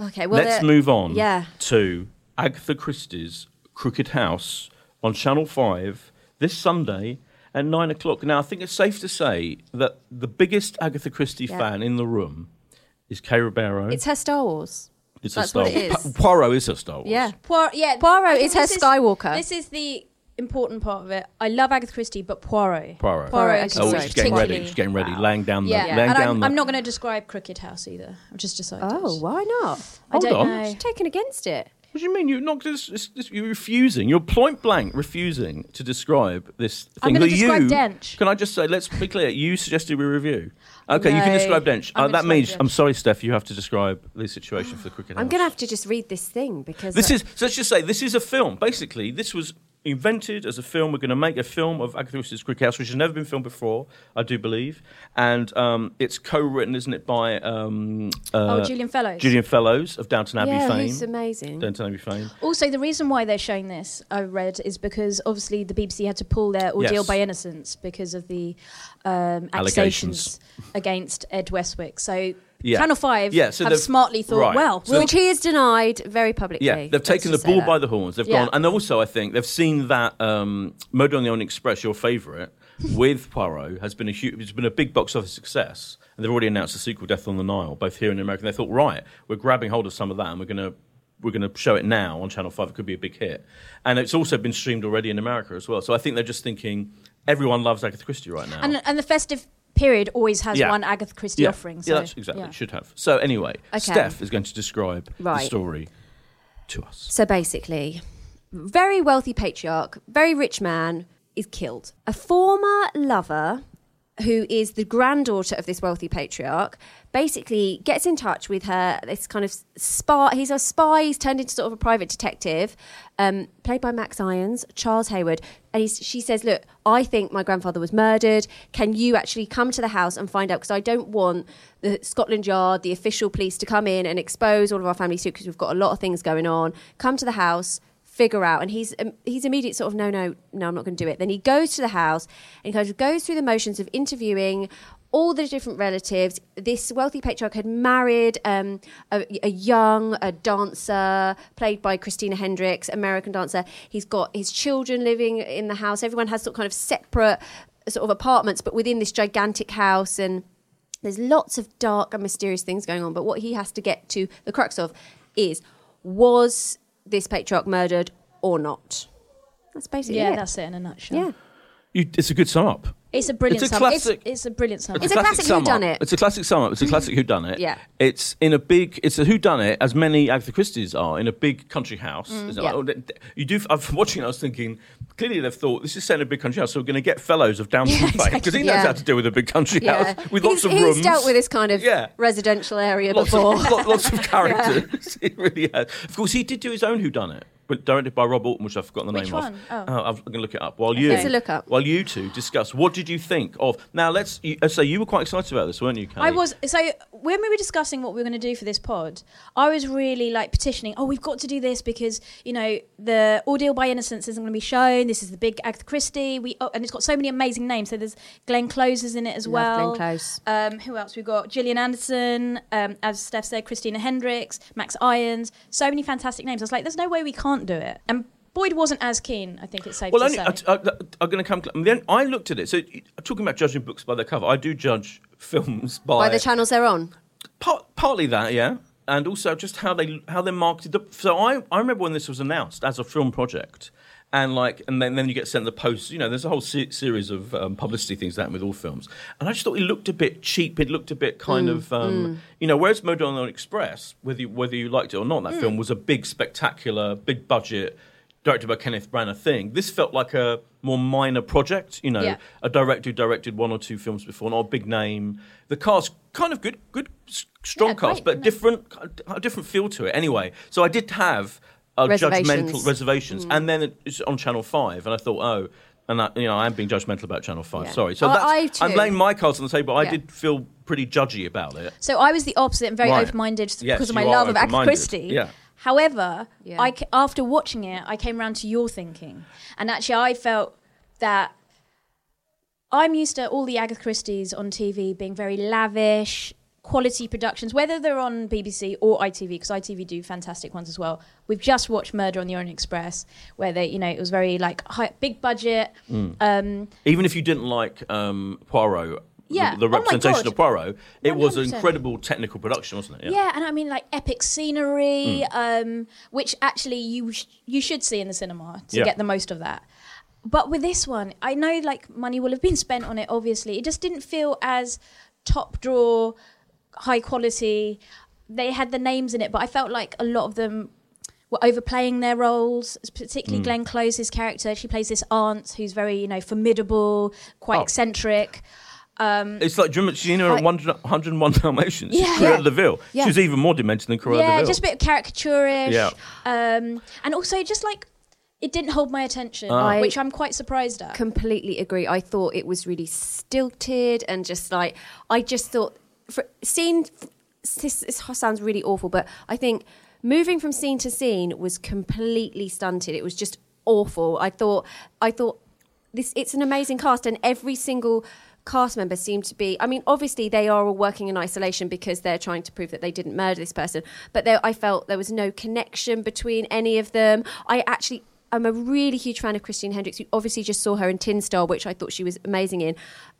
Okay. Well,
Let's
the-
move on
yeah.
to Agatha Christie's Crooked House on Channel 5 this Sunday at 9 o'clock. Now, I think it's safe to say that the biggest Agatha Christie
Yeah.
fan in the room is Kay Ribeiro.
It's her Star Wars.
It's
that's what it
Wars.
is.
Pa- Poirot is her Star Wars.
Yeah.
Poirot, yeah,
Poirot
I think
is her
this
Skywalker.
This is the important part of it. I love Agatha Christie, but Poirot.
Poirot.
Poirot,
Poirot.
okay,
Oh,
Sorry,
she's getting ready.
particularly.
She's getting ready.
Wow.
Laying down the.
Yeah,
Laying
and
down
I'm,
the.
I'm not going to describe Crooked House either. I've just decided.
Oh, why not?
I don't
Hold on.
know.
She's taken against it.
What do you mean? You're not just, it's- it's- you're refusing. You're point blank refusing to describe this thing.
I'm gonna
that
describe
you,
Dench.
Can I just say? Let's be clear. You suggested we review. Okay, you can
No,
describe Dench. Uh,
I'm gonna
that means
describe
I'm
Dench.
sorry, Steph. You have to describe the situation for the cricket.
I'm
House.
going to have to just read this thing because uh,
This is so let's just say this is a film. Basically, this was invented as a film. We're going to make a film of Agatha Christie's Cricket House, which has never been filmed before, I do believe. And um, it's co-written, isn't it, by um, uh,
Oh, Julian Fellows.
Julian Fellows of Downton Abbey
yeah,
fame.
who's amazing.
Downton Abbey fame.
Also, the reason why they're showing this, I read, is because obviously the BBC had to pull their ordeal
Yes.
by innocence because of the um,
Allegations.
accusations against Ed Westwick. So
Yeah.
Channel Five
Yeah, so
have
they've-
smartly thought,
right.
well,
So-
we'll
which he has denied very publicly.
Yeah, they've
Let's
taken the
just say
bull
that.
by the horns. They've
Yeah.
gone, and also I think they've seen that um, Murder on the Orient Express, your favourite, with Poirot, has been a huge, it's been a big box office success, and they've already announced a sequel, Death on the Nile, both here and in America. And they thought, right, we're grabbing hold of some of that, and we're going to we're going to show it now on Channel Five. It could be a big hit, and it's also been streamed already in America as well. So I think they're just thinking everyone loves Agatha Christie right now.
and and the festive period always has
Yeah.
one Agatha Christie
yeah,
offering. So,
yeah, that's exactly
yeah.
it should have. So anyway,
Okay.
Steph is going to describe the
Right.
story to us.
So basically, very wealthy patriarch, very rich man is killed. A former lover who is the granddaughter of this wealthy patriarch basically gets in touch with her this kind of spy he's a spy he's turned into sort of a private detective um, played by max irons charles hayward and he's, she says look i think my grandfather was murdered can you actually come to the house and find out because i don't want the scotland yard the official police to come in and expose all of our family secrets we've got a lot of things going on come to the house figure out. And he's um, he's immediate sort of no, no, no, I'm not going to do it. Then he goes to the house and kind of goes through the motions of interviewing all the different relatives. This wealthy patriarch had married um, a, a young a dancer played by Christina Hendricks, American dancer. He's got his children living in the house. Everyone has sort of kind of separate sort of apartments, but within this gigantic house and there's lots of dark and mysterious things going on, but what he has to get to the crux of is was this patriarch murdered or not? That's basically
Yeah,
it.
that's it in a nutshell.
yeah.
You, it's a good sum up.
It's a brilliant
It's a
summer. It's,
classic-
it's a brilliant summer.
It's a classic
sum up.
whodunit.
It's a classic sum up. It's a classic who done it.
Mm. Yeah.
It's in a big. It's a who done it as many Agatha Christie's are in a big country house. It's like,
Mm, yeah.
oh, th- th- you do. I'm watching. it, I was thinking. Clearly, they've thought this is set in a big country house, so we're going to get fellows of Downton Abbey because he knows
Yeah.
how to deal with a big country
Yeah.
house with
he's,
lots of
he's
rooms.
dealt with this kind of
Yeah.
residential area
lots
before.
of, lo- lots of characters. He really has. Of course, he did do his own who done it. but directed by Rob Altman, which I've forgotten the
Which
name
one?
of.
Oh.
I'm going to look it up while you.
It's a look up.
While you two discuss, what did you think of? Now let's. You, uh, so you were quite excited about this, weren't you? Kay?
I was so when we were discussing what we were going to do for this pod, I was really like petitioning. Oh, we've got to do this because you know the Ordeal by Innocence isn't going to be shown. This is the big Agatha Christie. We oh, and it's got so many amazing names. So there's Glenn Close is in it as
Love
well.
Glenn Close.
Um, who else? We've got Gillian Anderson, um, as Steph said, Christina Hendricks, Max Irons. So many fantastic names. I was like, there's no way we can't do it. And Boyd wasn't as keen. I think it's safe
Well,
to
only, uh,
say.
I, I, I'm going to come. I, mean, then I looked at it. So you- talking about judging books by their cover, I do judge films by,
By the channels they're on.
Part, partly that, yeah, and also just how they how they marketed. The, so I I remember when this was announced as a film project, and like and then then you get sent the posts. You know, there's a whole se- series of um, publicity things that happen with all films, and I just thought it looked a bit cheap. It looked a bit kind of um, you know. Whereas Modern Express, whether you, whether you liked it or not, that film was a big, spectacular, big budget. Directed by Kenneth Branagh thing. This felt like a more minor project, you know,
Yeah.
a director who directed one or two films before, not a big name. The cast kind of good, good, s- strong
Yeah,
cast,
great,
but
no.
different, a different feel to it. Anyway, so I did have uh,
Reservations. Mm.
judgmental reservations, and then it's on Channel Five, and I thought, oh, and I, you know, I'm being judgmental about Channel Five.
Yeah.
Sorry, so
I-
that's,
I
I'm
too.
laying my cards on the table. I
Yeah.
did feel pretty judgy about it.
So I was the opposite and very
Right.
open-minded th-
Yes,
because of my
you are
love of Agatha
open-minded.
Christie.
Yeah.
However,
Yeah.
I ca- after watching it, I came round to your thinking, and actually, I felt that I'm used to all the Agatha Christie's on TV being very lavish, quality productions, whether they're on BBC or ITV, because ITV do fantastic ones as well. We've just watched Murder on the Orient Express, where they, you know, it was very like high, big budget.
Mm.
Um,
Even if you didn't like um, Poirot. the-
Yeah.
The,
Oh my
representation
God.
of Poirot. It was an
100%.
incredible technical production, wasn't it?
Yeah, and I mean like epic
Mm.
scenery, um, which actually you sh- you should see in the cinema to
Yeah.
get the most of that. But with this one, I know like money will have been spent on it. Obviously, it just didn't feel as top drawer, high quality. They had the names in it, but I felt like a lot of them were overplaying their roles.
Mm.
Particularly Glenn Close's character, she plays this aunt who's very you know formidable, quite
Oh.
eccentric.
It's like, do you remember, do you know,
I-
101 Dalmatians?
Yeah.
She's Cruella
Yeah.
de Vil.
Yeah.
She was even more demented than Cruella de
yeah,
Vil.
just a bit caricaturish.
Yeah.
Um, and also just like it didn't hold my attention,
Ah.
I-
which I'm quite surprised at.
Completely agree. I thought it was really stilted and just like I just thought for scene. This, this sounds really awful, but I think moving from scene to scene was completely stunted. It was just awful. I thought. I thought this. It's an amazing cast, and every single cast member seemed to be i mean obviously they are all working in isolation because they're trying to prove that they didn't murder this person but there, i felt there was no connection between any of them i actually I'm a really huge fan of Christine Hendricks. You obviously just saw her in Tin Star, which I thought she was amazing in.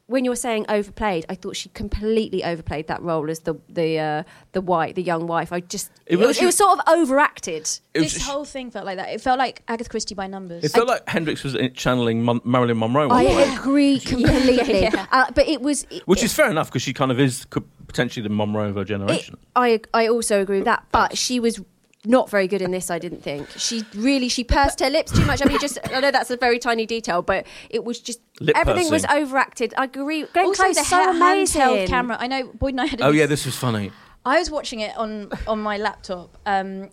When you were saying overplayed, I thought she completely overplayed that role as the the uh, the wife, the young wife. I just
It
it
was
was,
actually-
it was sort of overacted.
It was-
this whole thing felt like that. It felt like Agatha Christie by numbers.
It felt like Hendrix was uh, channeling Mon- Marilyn Monroe,
Oh,
I
wasn't it?
agree completely,
yeah.
Uh, but it was
which is fair enough because she kind of is co- potentially the Monroe of her generation.
I I also agree with that, but she was not very good in this. I didn't think she really she pursed her lips too much. I mean, just I know that's a very tiny detail, but it was just
Lip
everything was
pursing.
overacted. I agree. Glenn
also,
Close
the
is so
ha-
amazing.
handheld camera. I know Boyd and I had. a
oh
dis-
yeah, this was funny.
I was watching it on on my laptop, um,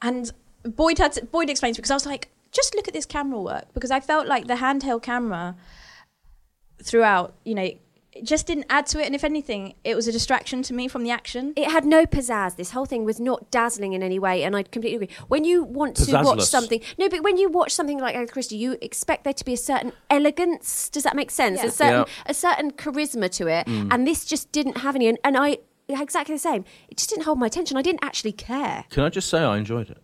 and Boyd had to, Boyd explains because I was like, just look at this camera work because I felt like the handheld camera throughout, you know, it just didn't add to it, and if anything, it was a distraction to me from the action.
It had no pizzazz. This whole thing was not dazzling in any way, and I completely agree. When you want to watch
Pizzazzless.
something, no, but when you watch something like Agatha Christie, you expect there to be a certain elegance. Does that make sense?
Yeah.
A certain
Yeah. Mm.
a certain charisma to it, and this just didn't have any. And, and I exactly the same. It just didn't hold my attention. I didn't actually care.
Can I just say I enjoyed it?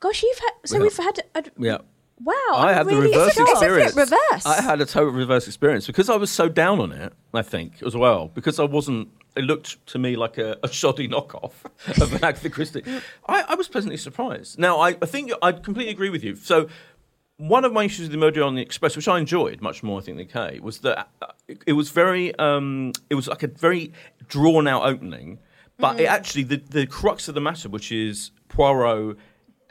Gosh, you've had so
Yeah.
we've had. A,
Yeah.
Wow,
I
I'm
had
really
the
oh,
reverse
isn't it
experience.
reverse?
I had a total reverse experience because I was so down on it. I think as well because I wasn't. It looked to me like a, a shoddy knockoff of an Agatha Christie. I, I was pleasantly surprised. Now I, I think I completely agree with you. So one of my issues with the Murder on the Express, which I enjoyed much more, I think, than Kay, was that uh, it, it was very, um, it was like a very drawn out opening,
Mm.
but it actually the, the crux of the matter, which is Poirot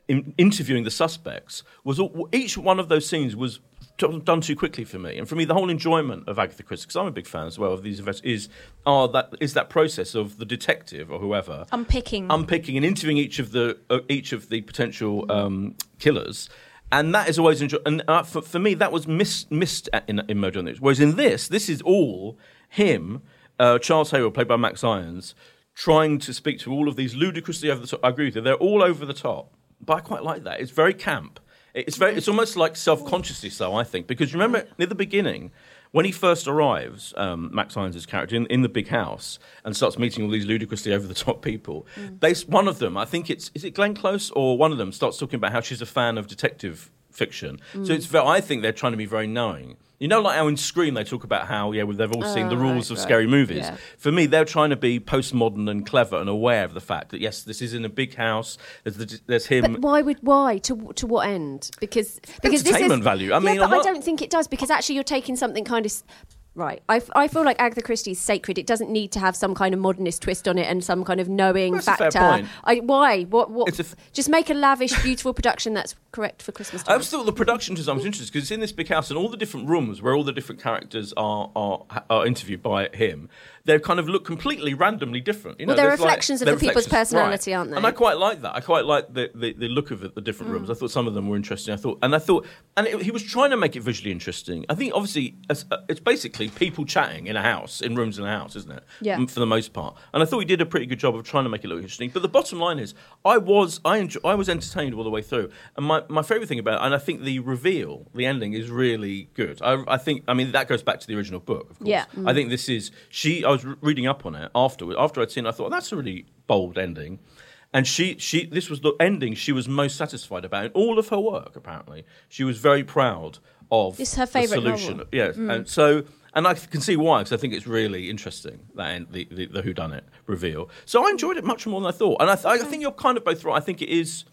in, interviewing the suspects, was all, each one of those scenes was t- done too quickly for me. And for me, the whole enjoyment of Agatha Christie, because I'm a big fan as well of these events, is are that is that process of the detective or whoever
Unpicking.
unpicking and interviewing each of the uh, each of the potential um, killers. And that is always enjoy- and uh, for, for me that was miss- missed at- in, in Murder on the East. Whereas in this, this is all him, uh, Charles Hayward, played by Max Irons, trying to speak to all of these ludicrously over the top. I agree with you; they're all over the top, but I quite like that. It's very camp. It's very. It's almost like self-consciously so. I think because you remember
Mm.
near the beginning when he first arrives, um, Max Irons' character in, in the big house and starts meeting all these ludicrously over the top people.
Mm.
They, one of them, I think it's is it Glenn Close or one of them, starts talking about how she's a fan of detective fiction.
Mm.
So it's ve- I think they're trying to be very knowing. You know, like how in Scream they talk about how yeah well, they've all seen the rules
Oh, right,
of
right.
scary movies.
Yeah.
For me, they're trying to be postmodern and clever and aware of the fact that yes, this is in a big house. There's, the, there's him.
But why would why to to what end? Because because this
Entertainment
is,
value. I mean,
yeah, but I
what-
don't think it does because actually you're taking something kind of. s- Right, I, f- I feel like Agatha Christie's sacred. It doesn't need to have some kind of modernist twist on it and some kind of knowing
That's a fair
factor.
point.
I, why? What? What?
It's a f-
just make a lavish, beautiful production that's correct for Christmas
I
time.
was thought the production design was interesting because it's in this big house and all the different rooms where all the different characters are are, are interviewed by him. They kind of look completely randomly different. You know,
Well, they're
there's like-
reflections of
they're
the people's
reflections-
personality,
right.
aren't they?
And I quite like that. I quite like the, the, the look of it, the different rooms. I thought some of them were interesting. I thought, and I thought, and it, he was trying to make it visually interesting. I think obviously as, uh, it's basically people chatting in a house, in rooms in a house, isn't it?
Yeah.
M- For the most part, and I thought he did a pretty good job of trying to make it look interesting. But the bottom line is, I was I enjoy, I was entertained all the way through, and my, my favorite thing about it, and I think the reveal, the ending is really good. I, I think, I mean, that goes back to the original book, of course.
Yeah.
I think this is she. I was re- reading up on it afterward. After I'd seen, it, I thought that's a really bold ending. And she, she, this was the ending she was most satisfied about in all of her work. Apparently, she was very proud of
This is her
the
favourite
solution.
novel.
Yes,
Mm.
and so. And I can see why, because I think it's really interesting that end, the, the the Who Done It reveal. So I enjoyed it much more than I thought, and I, th-
Mm.
I think you're kind of both right. I think it is,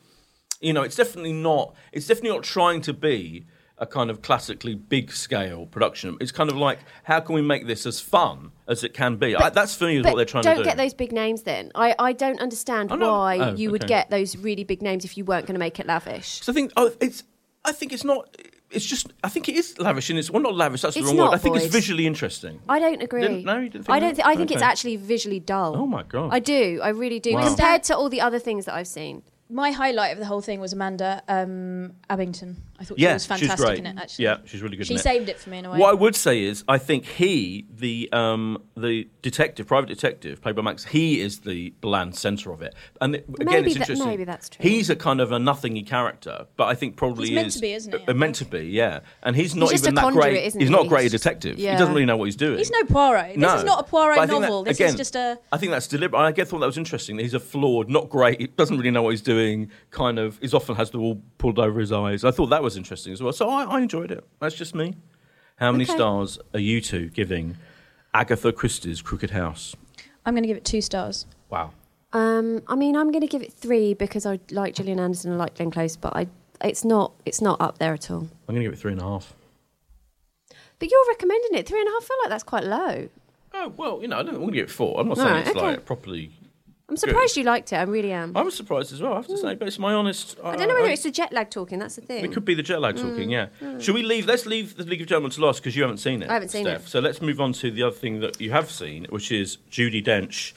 you know, it's definitely not. It's definitely not trying to be a kind of classically big scale production. It's kind of like how can we make this as fun as it can be. I, uh, that's for me is
but
what they're trying
don't
to do.
get those big names then. I, I don't understand
Oh, no.
why
Oh,
you would
okay.
get those really big names if you weren't going to make it lavish.
So I think oh, it's. I think it's not. It's just. I think it is lavish, and it's well not lavish. That's the
It's
wrong word.
not,
I think
Boyd.
it's visually interesting.
I don't agree.
Didn't- no, you didn't think
I don't.
that?
Th- I think it's
Okay.
actually visually dull.
Oh my God.
I do. I really do.
Wow.
Compared to all the other things that I've seen,
My highlight of the whole thing was Amanda um, Abington. I thought she
yeah,
was fantastic
she's great.
in it. Actually,
yeah, she's really good.
she
in it.
saved it for me in a way.
What I would say is, I think he, the um, the detective, private detective, played by Max, he is the bland centre of it. And it- again,
Maybe
it's
that-
interesting.
maybe that's true.
He's a kind of a nothingy character, but I think probably
He's meant
is
to be, isn't he?
uh, meant to be, yeah. And he's not
just
even
a
that
conduit,
great.
isn't
he's
he?
not a great
He's just-
detective.
yeah.
He doesn't really know what he's doing.
He's no Poirot. This
No.
is not a
But I
Poirot
think that-
novel. this
again,
is just a.
I think that's deliberate. I get thought that was interesting. that He's a flawed, not great. He doesn't really know what he's doing. Kind of, he's often has the wall pulled over his eyes. I thought that was interesting as well. So I, I enjoyed it. That's just me. How many
Okay.
stars are you two giving Agatha Christie's Crooked House?
I'm going to give it two stars.
Wow.
um, I mean, I'm going to give it three because I like Gillian Anderson, I like Glenn Close, but I, it's not, it's not up there at all.
I'm going to give it three and a half.
But you're recommending it three and a half. I feel like that's quite low.
Oh well, you know, I don't think I'm going to give it four. I'm not
All
saying
right,
it's
okay.
like properly.
I'm surprised you liked it. I really am.
I was surprised as well. I have to say, but it's my honest.
I don't know whether it's the jet lag talking. That's the thing.
It could be the jet lag talking, yeah. Should we leave? Let's leave the League of Gentlemen to last because you haven't seen it.
I haven't seen
Steph.
it.
So let's move on to the other thing that you have seen, which is Judy Dench,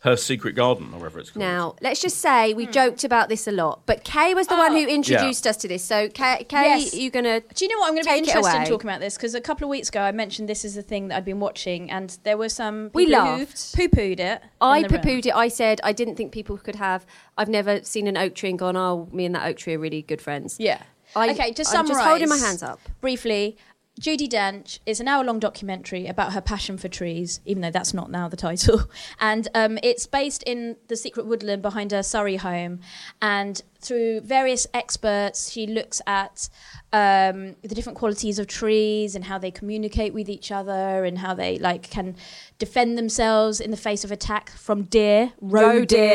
her Secret Garden, or whatever it's called.
Now, let's just say we joked about this a lot, but Kay was the one who introduced us to this. So, Kay, Kay
Yes.
you're going to.
Do you know what? I'm going to be
Take it
interested in
away.
talking about this because a couple of weeks ago I mentioned this is the thing that I'd been watching, and there were some
We
people
laughed.
who poo-pooed it.
I
in the room.
poo-pooed it. I said I didn't think people could have. I've never seen an oak tree and gone, "Oh, me and that oak tree are really good friends."
Yeah.
I-
okay, just
I'm
summarise.
just holding my hands up.
Briefly, Judy Dench is an hour long documentary about her passion for trees, even though that's not now the title. And um, it's based in the secret woodland behind her Surrey home. And through various experts, she looks at um, the different qualities of trees and how they communicate with each other and how they like can defend themselves in the face of attack from deer, roe,
Roe
deer,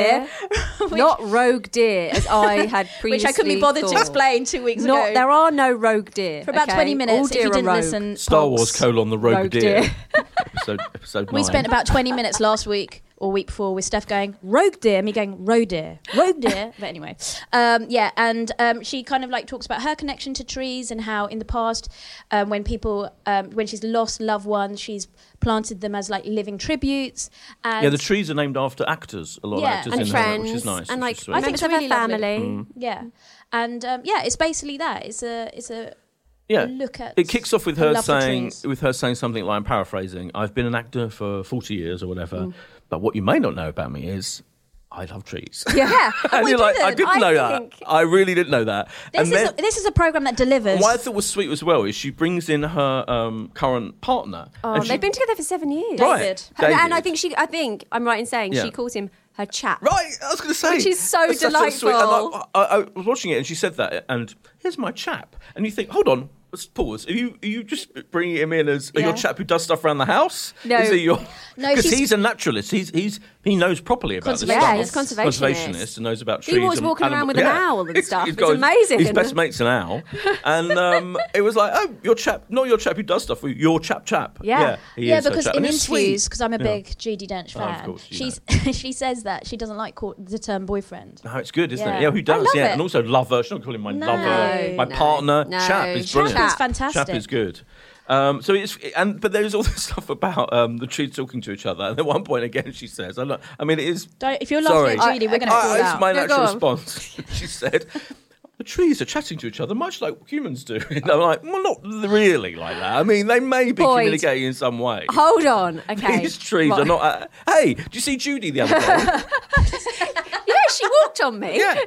deer.
which-
Not rogue deer, as I had
which
previously.
I couldn't be bothered to
thought.
explain two weeks
Not
ago
there are no rogue deer.
for about
okay?
20
All
minutes if
deer
you
are
didn't
rogue.
listen oh,
Star Wars
Pogs.
colon the Rogue,
Rogue
Deer,
Deer.
episode episode nine.
we spent about 20 minutes last week or week four with Steph going rogue deer, me going roe deer, roe deer. but anyway, um, yeah, and um, she kind of like talks about her connection to trees and how in the past, um, when people um, when she's lost loved ones, she's planted them as like living tributes. And
Yeah, the trees are named after actors. A lot
Yeah,
of actors
and
in
friends,
there, which is nice.
and
which is sweet.
like
Mm.
members
I think it's
of
really
her
lovely.
family.
yeah, and um, yeah, it's basically that. It's a it's a
yeah.
look at
It kicks off with
I
her
love the
saying
trees.
with her saying something like I'm paraphrasing, I've been an actor for 40 years or whatever, but what you may not know about me is I love trees.
Yeah, Oh,
and you're like, I didn't know that.
think-
I really didn't know that.
This
and
is
then,
a, this is a program that delivers.
what I thought was sweet as well is she brings in her um, current partner.
Oh,
and she-
they've been together for seven years.
Right,
David.
Her- And I
David.
think she, I think I'm right in saying
Yeah.
she calls him her chap.
Right, I was going to say.
Which is so
That's such a sweet- and
delightful.
I, I, I was watching it and she said that, and here's my chap. And you think, hold on, let's pause. Are you, are you just bringing him in as
Yeah.
your chap who does stuff around the house?
No.
Is he your.
No,
Because
she's-
he's a naturalist. He's, he's He knows properly about this
Conservationist.
stuff.
Yeah, he's
conservationist.
Conservationist and knows about
He
trees.
was
and
walking around
animal-
with an
yeah.
owl and
He's-
stuff.
he's
It's
got his-
amazing.
His best mate's an owl. And um, it was like, oh, your chap, not your chap who does stuff, your chap chap.
Yeah.
he
yeah,
is her
because
chap.
in
And it's sweet.
interviews, because I'm a
Yeah.
big Judy Dench
Oh, of
fan,
course, you
she's she says that she doesn't like call, the term boyfriend.
No, it's good, isn't
Yeah.
it? Yeah,
I
who does?
love
Yeah,
it.
and also lover. She's not calling my
No,
lover, my
no,
partner.
no.
Chap is
Chap
brilliant.
is fantastic.
Chap is good. Um, so it's and but there's all this stuff about um, the trees talking to each other. And at one point again, she says, "I, lo- I mean, it is
Don't, if you're
Sorry.
laughing at Judy, we're going to
I-
call
it's
out.
my
No, go
natural
on.
response. she said, "The trees are chatting to each other, much like humans do." And I'm like, "Well, not really like that. I mean, they may be
Boyd.
communicating in some way."
Oh,
Hold on. Okay.
These trees
Right.
are not. Uh, hey, did you see Judy the other day?
yeah, she walked on me.
yeah.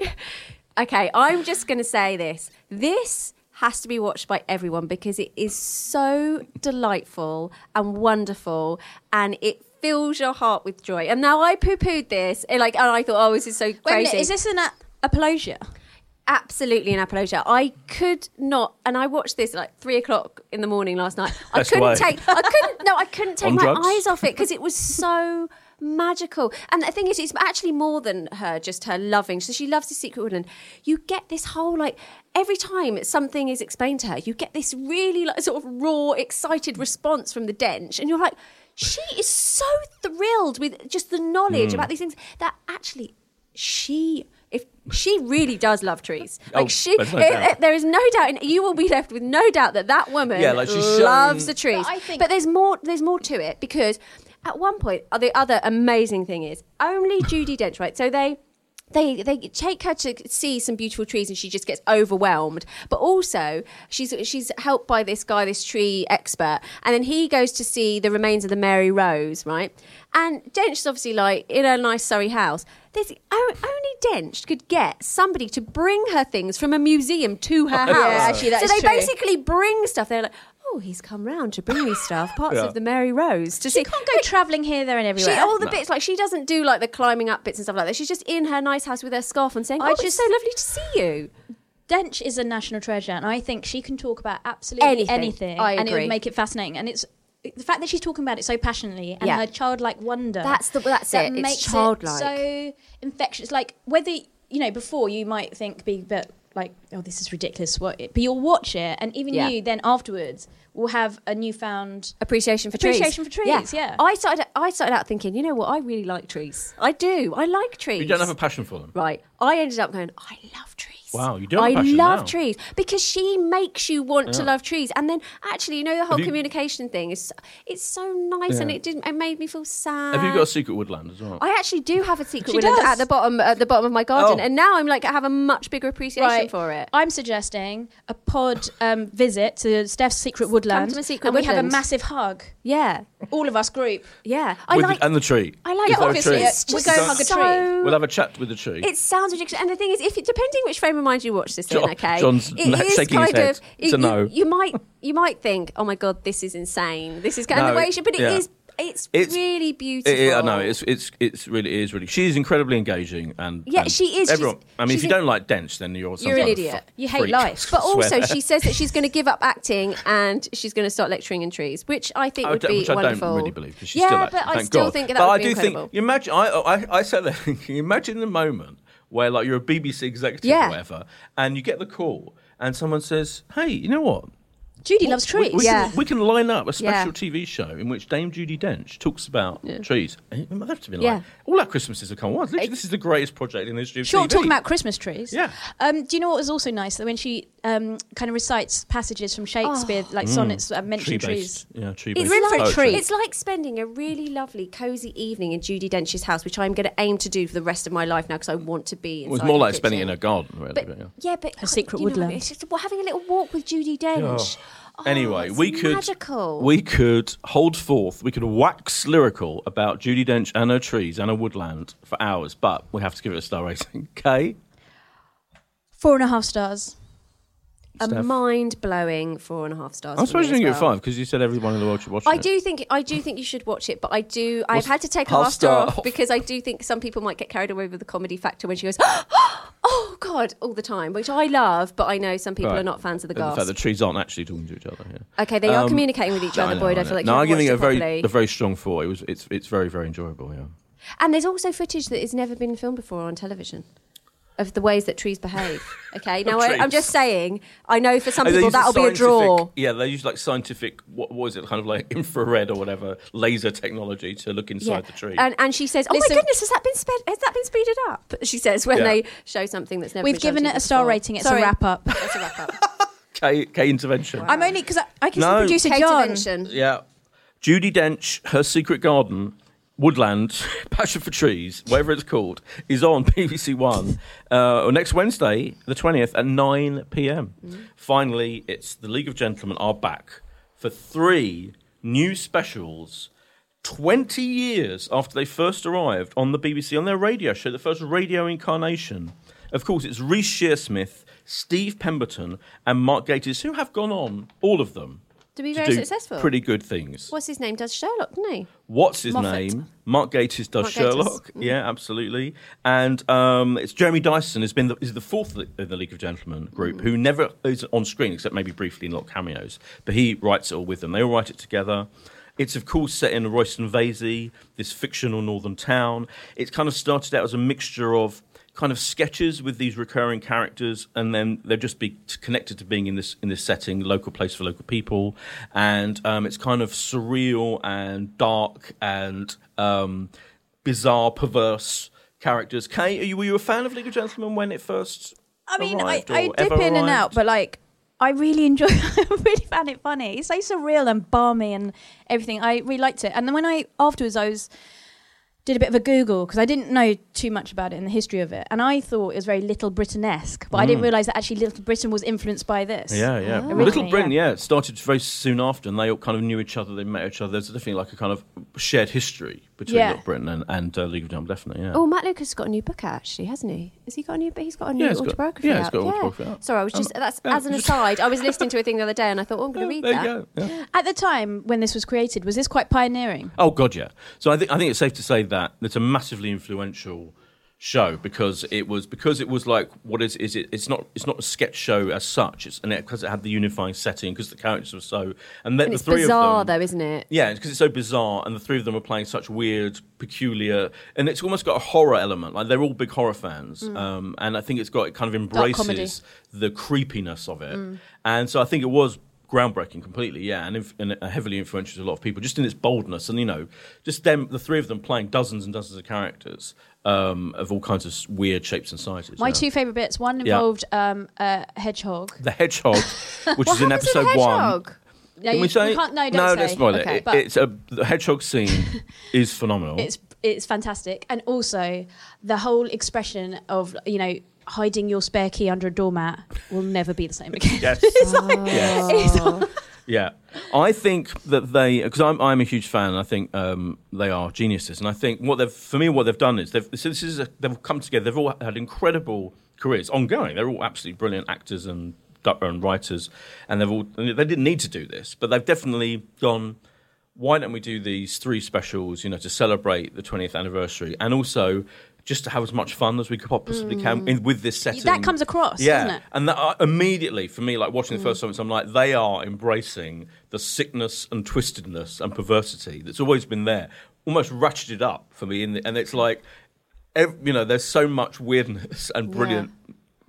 Okay, I'm just going to say this. This has to be watched by everyone because it is so delightful and wonderful and it fills your heart with joy. And now I poo pooed this and, like, and I thought, oh, this is so crazy.
Wait a minute, is this an a- apologia?
absolutely in Appalachia. I could not, and I watched this at like three o'clock in the morning last night. I
Best
couldn't
way.
take, I couldn't, no, I couldn't take
On
my
drugs?
eyes off it because it was so magical. And the thing is, it's actually more than her, just her loving. So she loves the secret woodland. You get this whole like every time something is explained to her, you get this really like sort of raw, excited response from the dench, and you're like. She is so thrilled with just the knowledge
Hmm.
about these things that actually she if she really does love trees like
Oh,
she
there's no
eh,
doubt.
eh, there is no doubt and you will be left with no doubt that that woman
Yeah, like she's
loves
shown-
the trees
But I think-
but there's more there's more to it because at one point uh, the other amazing thing is only Judy Dench right so they they they take her to see some beautiful trees and she just gets overwhelmed but also she's she's helped by this guy this tree expert and then he goes to see the remains of the Mary Rose right and Dench is obviously like in her nice Surrey house there's o- only Dench could get somebody to bring her things from a museum to her house
actually, that
so
is
they
true.
basically bring stuff they're like oh he's come round to bring me stuff parts
Yeah.
of the Mary Rose to
She
see
can't go travelling here, there, and
she,
everywhere.
all the bits like she doesn't do like the climbing up bits and stuff like that. She's just in her nice house with her scarf and saying, "Oh,
I
it's
just-
so lovely to see you."
Dench is a national treasure, and I think she can talk about absolutely
Anything.
anything,
I
and it
agree.
would make it fascinating. And it's the fact that she's talking about it so passionately and
Yeah.
her childlike wonder.
That's the- that's
that
it. It's
makes
childlike.
It so infectious. Like whether you know before you might think be but like oh this is ridiculous what but you'll watch it and even
Yeah.
you then afterwards will have a newfound
Appreciation for
Appreciation
trees.
for trees, yeah.
I started. I started out thinking, you know what? I really like trees. I do. I like trees.
you don't have a passion for them.
Right. I ended up going, I love trees.
Wow, you do have
I
a passion
love
now.
trees because she makes you want to
Yeah.
love trees. And then actually, you know, the whole
you-
communication thing is it's so nice and
Yeah.
it didn't it made me feel sad.
Have you got a secret woodland as well?
I actually do have a secret
She
woodland
does.
at the bottom at the bottom of my garden,
Oh.
and now I'm like I have a much bigger appreciation
Right.
for it.
I'm suggesting a pod um, visit to Steph's Secret Woodland.
to my secret
and we have a
woodland.
massive hug.
Yeah,
All of us group.
yeah. I
With
like.
the, and the tree.
I like.
Is there a
obviously,
tree?
yeah. It's
It's just
We'll go
so-
hug a tree.
We'll have a chat with the tree.
It sounds ridiculous, and the thing is, if it, depending which frame of mind you watch this
John-
in, okay,
John's
it
na-
is
shaking his
kind
head.
of
It's
you-
a no.
You, you might you might think, oh my god, this is insane. This is kind of
No,
the way she, but it
yeah.
is- It's,
It's-
really
It-
beautiful.
it- I know it's it's it's really it is really. She's incredibly engaging and
Yeah,
and
she is.
Everyone,
She's-
I mean, if
she's
you
in-
don't like Dench, then you're some
You're an
kind of
idiot.
fu-
You hate
freak.
life.
But
I swear.
also, she says that she's going to give up acting and she's going to start lecturing in trees, which I think
I
would
don't-
be
which I
wonderful.
don't really believe because she's
yeah,
still acting,
but I
thank
still
God.
think that
But
would
I
be
do
incredible.
think. Imagine I I I sat there thinking. Imagine the moment where like you're a BBC executive
Yeah.
or whatever, and you get the call, and someone says, "Hey, you know what?
Judy loves trees.
We, we
Yeah.
can, we can line up a
Yeah.
special TV show in which Dame Judy Dench talks about trees. And It must have to be like
Yeah.
all our Christmases have come once. Literally, this is the greatest project in the history of
Sure,
TV.
talking about Christmas trees.
Yeah.
Um, do you know what was also nice? That when she um, kind of recites passages from Shakespeare, like sonnets that mention trees.
tree-based- Yeah, tree
It's
based.
like,
for a tree.
It's like spending a really lovely, cozy evening in Judy Dench's house, which I'm going to aim to do for the rest of my life now because I want to be.
It
Inside
was more
the
like spending it in
kitchen.
a garden, really.
But
but yeah.
yeah, but
A secret
you know,
woodland.
it's just- well, having a little walk with Judy Dench. Oh,
anyway,
it's
we could
magical.
we could hold forth. We could wax lyrical about Judy Dench and her trees and her woodland for hours, but we have to give it a star rating. Kay,
Four and a half stars.
a
Steph?
mind blowing four and a half stars.
I'm
from me
supposed to give
as
it
well.
five because you said everyone in the world should watch it.
I do think I do think you should watch it, but I do. I've
What's-
had to take a
half
half star
star
off
off.
because I do think some people might get carried away with the comedy factor when she goes, "Oh God!" all the time, which I love, but I know some people
Right.
are not fans of the
And the fact
gasp.
the trees aren't actually talking to each other. Yeah.
okay, they are
Um,
communicating with each
No,
other,
know,
Boyd. I,
know.
feel like
no, I'm
you've watched
giving it
it
a very,
properly.
a very strong four. It was, it's, it's very, very enjoyable. Yeah.
And there's also footage that has never been filmed before on television of the ways that trees behave. Okay, now I, I'm
Trees.
just saying. I know for some
And they
people
use
that'll be a
scientific-
draw.
Yeah, they use like scientific. What was it? Kind of like infrared or whatever laser technology to look inside the tree.
And, and she says, "Oh
Listen-
my goodness, has that been sped? Has that been speeded up?" She says when
Yeah.
they show something that's never.
We've
been shown
given
to
it
you
a star
before.
rating. It's
Sorry.
a wrap up.
That's a wrap up.
K, K intervention.
I'm only because I, I can see
No.
producer
Kate
John.
Dimension.
Yeah. Judy Dench, her secret garden, Woodland, Passion for Trees, whatever it's called, is on BBC One uh, next Wednesday, the 20th, at 9 p.m. Finally, it's The League of Gentlemen are back for three new specials. 20 years after they first arrived on the BBC on their radio show, the first radio incarnation. Of course, it's Reece Shearsmith, Steve Pemberton, and Mark Gatiss, who have gone on, all of them,
To be
to
very
do
successful.
Pretty good things.
What's his name? Does Sherlock, doesn't he?
What's his
Moffat.
name? Mark Gatiss does
Mark Gatiss. Mm.
Sherlock. Yeah, absolutely. And um, it's Jeremy Dyson has been the, is the fourth li- in the League of Gentlemen
Mm.
group who never is on screen except maybe briefly in little cameos. But he writes it all with them. They all write it together. It's of course set in Royston Vasey, this fictional northern town. It kind of started out as a mixture of kind of sketches with these recurring characters, and then they'll just be t- connected to being in this in this setting, local place for local people, and um, it's kind of surreal and dark and um, bizarre, perverse characters. Kate, are you, were you a fan of League of Gentlemen when it first?
I mean, I,
arrived or
I dip in
ever
and
arrived?
out, but like, I really enjoy. I really found it funny. It's like surreal and balmy and everything. I really liked it. And then when I afterwards, I was did a bit of a Google because I didn't know too much about it and the history of it, and I thought it was very Little Britain-esque, but I didn't realise that actually Little Britain was influenced by this.
Mm. Yeah, yeah. Well,
Oh. Originally,
Little Britain,
yeah.
yeah. it started very soon after, and they all kind of knew each other. They met each other. There's definitely like a kind of shared history between
Yeah.
Little Britain and, and uh, League of Gentlemen, definitely. Yeah.
Oh, Matt Lucas has got a new book out, actually, hasn't he? Has he got a new? He's got a new
Yeah, he's got-
autobiography.
yeah, he's
out.
got an autobiography out.
Sorry, I was just
Um,
that's
yeah,
as an
just-
aside. I was listening to a thing the other day, and I thought, oh, I'm going to read
there
that.
you go. Yeah.
At the time when this was created, was this quite pioneering?
Oh god, yeah. So I think I think it's safe to say that it's a massively influential show because it was because it was like what is is it? It's not it's not a sketch show as such. It's and it, because it had the unifying setting because the characters were so and, then
And
the
it's
three
bizarre,
of them.
though, isn't it?
Yeah, because it's so bizarre, and the three of them are playing such weird, peculiar, and it's almost got a horror element. Like they're all big horror fans, um, and I think it's got it kind of
Mm. comedy. Mm.
embraces the creepiness of it, and so I think it was groundbreaking completely. Yeah, and, inf- and heavily influential to a lot of people, just in its boldness, and you know, just them, the three of them playing dozens and dozens of characters um, of all kinds of s- weird shapes and sizes.
My
yeah.
two favourite bits. One
Yeah.
involved um, a hedgehog.
the hedgehog, which is in
happens to the
episode one.
hedgehog?
No,
Can
you,
we say?
you can't. No, don't say.
let's spoil
Okay.
it. it
But-
it's a, the hedgehog scene is phenomenal.
it's it's fantastic and also the whole expression of you know hiding your spare key under a doormat will never be the same again
Yes. yes.
It's-
Yeah. I think that they, because I'm, I'm a huge fan, and I think um, they are geniuses. And I think what they've, for me, what they've done is they've, so this is a, they've come together, they've all had incredible careers ongoing. They're all absolutely brilliant actors and, and writers. And they've all, and they didn't need to do this, but they've definitely gone, why don't we do these three specials, you know, to celebrate the 20th anniversary and also just to have as much fun as we could possibly can in, with this setting.
that comes across
yeah.
doesn't it
And that I, immediately, for me, like watching the first time, I'm like, they are embracing the sickness and twistedness and perversity that's always been there, almost ratcheted up for me. In the, and it's like, ev you know, there's so much weirdness and brilliant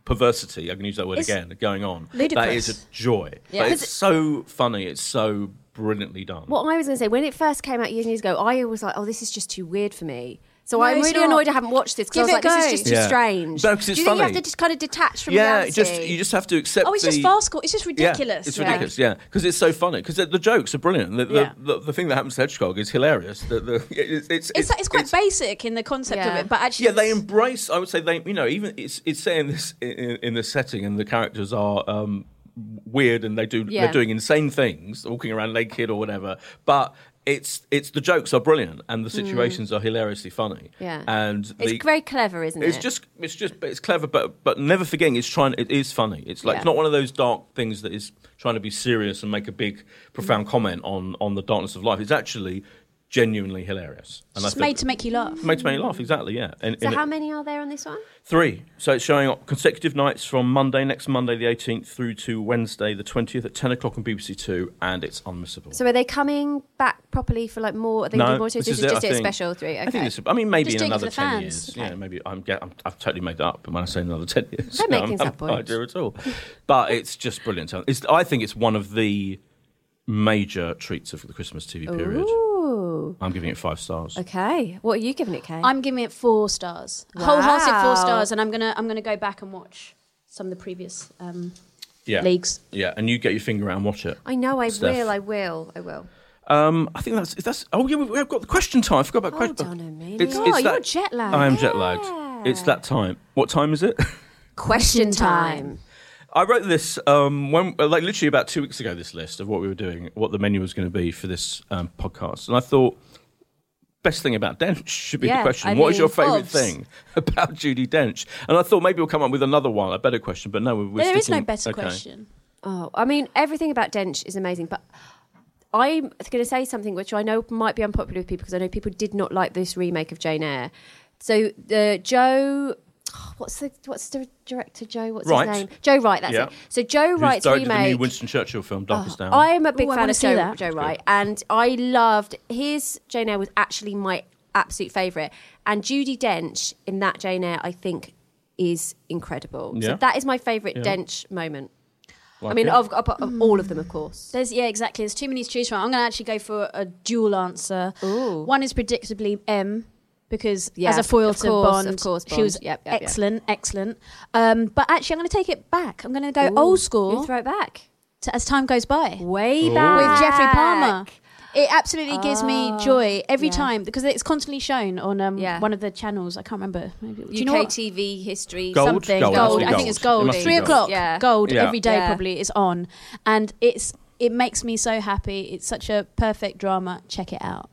perversity. I can use that word
It's
again. Going on. That
ludicrous.
is a joy.
Yeah.
But it's so funny. It's so brilliantly done.
What I was going to say, when it first came out years and years ago, I was like, oh, this is just too weird for me. So
No,
I'm
it's
really
not.
annoyed I haven't watched this because I was like,
Give it a
this
go.
is just too
Yeah.
strange.
No, 'cause
Do you
it's
think you have
funny.
to just kind of detach from
yeah,
reality?
just you just have to accept.
Oh, it's just
the-
farcical. It's just ridiculous.
Yeah, it's
like-
ridiculous. Yeah, because it's so funny. Because the, the jokes are brilliant. The, the,
Yeah.
the, the thing that happens to Hedgehog is hilarious. The, the, it's, it's,
It's, it's quite basic in the concept
Yeah.
of it, but actually,
yeah, they
it's-
embrace. I would say they, you know, even it's it's saying this in, in the setting, and the characters are um, weird, and they do
Yeah.
they're doing insane things, walking around naked or whatever. But it's it's the jokes are brilliant, and the
Mm.
situations are hilariously funny.
Yeah.
and
it's
the,
very clever, isn't it?
it's just, it's just, but it's clever, but but never forgetting, it's trying. It is funny. It's like it's
Yeah.
not one of those dark things that is trying to be serious and make a big, profound comment on on the darkness of life. It's actually genuinely hilarious, and
it's
I
just
think-
made to make you laugh.
made to make you laugh. Exactly, yeah. And,
so
and it-
how many are there on this one?
Three. So it's showing up consecutive nights from Monday, next Monday the 18th, through to Wednesday the 20th at 10 o'clock on BBC Two, and it's unmissable.
So are they coming back properly for like more? Are they going to do more? to- this is
it,
just
I
a
think.
special three. Okay.
I think this. I mean, maybe
Just
in
doing it
another
for the
ten
fans.
years.
Okay.
Yeah, maybe I'm. Get, I'm I've totally made that up. And when I say another ten years,
Don't make
I'm-
things
I'm-
up,
I
boys.
do at all. But it's just brilliant. It's. I think it's one of the major treats of the Christmas TV period.
Ooh.
I'm giving it five stars.
Okay. What are you giving it, Kay?
I'm giving it four stars, wholehearted
Wow.
four stars, and I'm gonna I'm gonna go back and watch some of the previous um,
Yeah.
leagues.
Yeah, and you get your finger out and watch it.
I know. I
Steph.
will. I will. I will.
Um, I think that's that's. Oh yeah, we've, we've got the question time. I forgot about
Hold
question.
on a minute.
It's,
God,
it's
you're
that-
jet lagged.
I am jet lagged. It's that time. What time is it?
Question
time.
time.
I wrote this um, when, like, literally about two weeks ago. This list of what we were doing, what the menu was going to be for this um, podcast, and I thought best thing about Dench should be the
Yeah,
question.
I
what is your
mean,
favourite
obs.
thing about Judy Dench? And I thought maybe we'll come up with another one, a better question. But no, we're, we're
There is no
sticking-
better
okay.
question.
Oh, I mean, everything about Dench is amazing, but I'm going to say something which I know might be unpopular with people because I know people did not like this remake of Jane Eyre. So the Joe, oh, what's the what's the director Joe? What's
Wright.
his name? Joe Wright. That's
Yeah.
it. So Joe
Who's
Wright's
directed the new
remake.
Winston Churchill film, Darkest Down?
I'm a big
Ooh, Oh, I
fan
wanna
of
see
Joe,
that.
Joe Wright, and I loved his Jane Eyre was actually my absolute favourite, and Judy Dench in that Jane Eyre, I think, is incredible.
Yeah.
So that is my favourite
Yeah.
Dench moment. I
Like
mean,
it?
of, of, of all of them, of course.
There's yeah, exactly. There's too many to choose from. I'm going to actually go for a dual answer.
Ooh.
One is predictably M because
Yeah,
as a foil
of
to
course,
Bond,
of course,
she
Bond.
was
Yep, yep, yep.
excellent, excellent. Um, but actually, I'm going to take it back. I'm going to go
Ooh,
old
You
school
throw it back.
to, as time goes by.
Way
back.
with Jeffrey Palmer. It absolutely gives me
Oh,
joy every
yeah.
time because it's constantly shown on um,
Yeah.
one of the channels. I can't remember. Maybe, do
UK
you know what?
TV history.
Gold?
Something
Gold,
gold.
it must be
I think
gold.
it's
It
gold.
must be
Three
gold.
o'clock.
Yeah.
Gold
Yeah.
every day
Yeah.
probably is on, and it's it makes me so happy. It's such a perfect drama. Check it out.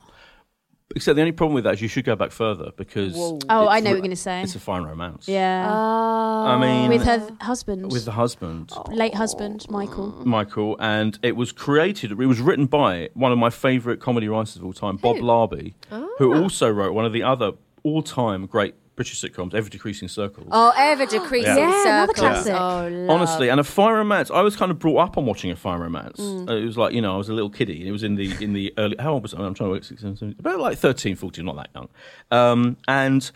Except the only problem with that is you should go back further because.
Whoa.
Oh, I
it's
know
re-
what you're gonna say.
It's a fine romance.
Yeah,
Oh,
I mean,
Uh, with her th- husband,
with the husband,
late husband Michael.
Michael, and it was created. It was written by one of my favourite comedy writers of all time, Bob Larby, who also wrote one of the other all-time great British sitcoms, Ever Decreasing Circles.
Oh, ever decreasing
Yeah.
Yeah, another
circles.
classic.
Oh, love.
Honestly, and a fire romance. I was kind of brought up on watching a fire romance. Uh, It was like you know I was a little kiddie. and It was in the in the early. How old was I? I'm trying to work six, seven, seven, about like 13, 14, not that young. Um, and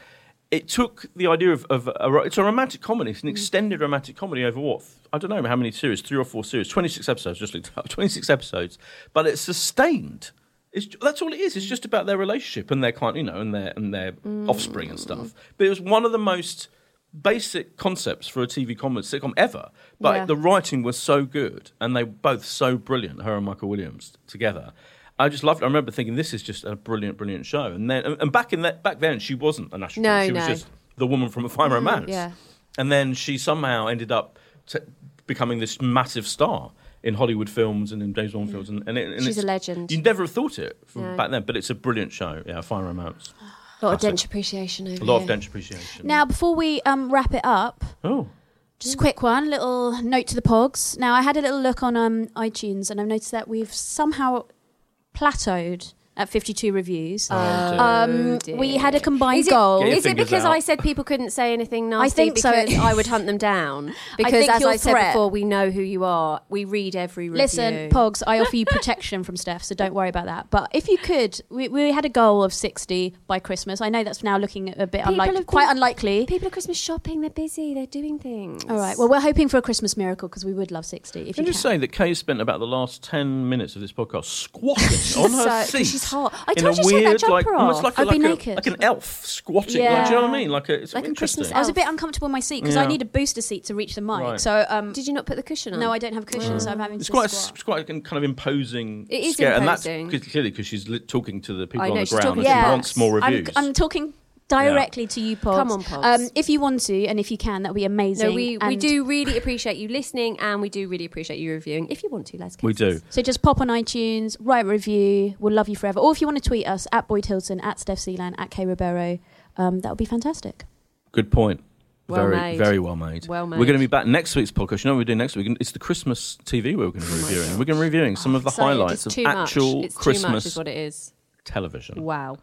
it took the idea of, of a, ro- it's a romantic comedy. It's an extended romantic comedy over what I don't know how many series, three or four series, 26 episodes. Just looked up, 26 episodes, but it's sustained. It's, that's all it is. It's
Mm.
just about their relationship and their kind, you know, and their and their offspring and stuff. But it was one of the most basic concepts for a TV comedy sitcom ever. But
Yeah.
the writing was so good, and they were both so brilliant, her and Michael Williams together. I just loved. It. I remember thinking this is just a brilliant, brilliant show. And then, and back in that back then, she wasn't a national.
No,
she was
no. Mm-hmm.
just the woman from A Fine Romance.
yeah.
And then she somehow ended up t- becoming this massive star in Hollywood films and in James Bond films. And, and, it, and
Mm. She's
it's-
a legend.
You'd never have thought it from
No. Oh,
back then, but it's a brilliant show. Yeah, Fine Romance.
A lot of
classic.
dench appreciation over
A lot
here.
of dench appreciation.
Now, before we um, wrap it up,
oh.
Just
Mm.
a quick one, little note to the pogs. Now, I had a little look on um, iTunes and I've noticed that we've somehow plateaued at 52 reviews.
Uh,
Oh, dear.
um,
dear.
we had a combined
Is it,
goal.
Get your
is it
fingers
because
out.
I said people couldn't say anything nasty?
think so.
because I would hunt them down. Because
think
as
your
I said
threat-
before, we know who you are. We read every review.
Listen, Pogs, I offer you protection from Steph, so don't worry about that. But if you could, we, we had a goal of 60 by Christmas. I know that's now looking a bit
People
unlikely,
have
quite
been-
unlikely.
people are Christmas shopping. They're busy. They're doing things.
All right. Well, we're hoping for a Christmas miracle because we would love 60. If
Can
you
you just
can.
say that Kay spent about the last 10 minutes of this podcast squatting on her
so- 'cause
seat?
she's hot. I
in
told
a
you to take that
weird, like,
jumper
Almost
off.
like, a,
I'd be
like, a-
naked.
like an elf squatting. Like,
Yeah.
do you know what I mean? Like, a, it's
Like a
interesting.
Christmas
I was a bit uncomfortable in my seat because I
Yeah.
need a booster seat to reach the mic.
Right. Mm.
So, um,
Did you not put the cushion on?
no, I don't have cushions. so I'm having
It's
to
quite, a,
squat.
it's quite a kind of imposing
It is
scare, and
imposing.
that's 'cause- clearly because she's li- talking to the people
I
on
know,
the
she's
ground. and
talking to
She
us.
wants more
I'm-
reviews.
I'm, talking directly to you, Pogs.
Come on, Pogs.
Um, if you want to, and if you can, that would be amazing.
No, we, we
And
do really appreciate you listening, and we do really appreciate you reviewing. If you want to, Les,
we do.
So just pop on iTunes, write a review. We'll love you forever. Or if you want to tweet us at Boyd Hilton, at Steph Sealand, at K Ribeiro, um, that would be fantastic.
Good point.
Well
very,
made.
very well made.
Well
We're going to
made.
be back next week's podcast. You know what we're doing next week? It's the Christmas TV we're going to
Oh
be reviewing. We're going to be reviewing some of the highlights
it's
of
too
actual
much. It's too much,
Christmas
is what it is.
television.
Wow.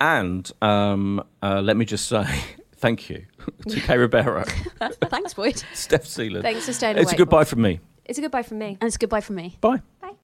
And um, uh, let me just say thank you to Kay Ribeiro,
Thanks, Boyd.
Steph Seeland.
Thanks for staying
It's a
awake,
goodbye
Bob.
from me.
It's a goodbye from me.
And it's goodbye from me.
Bye.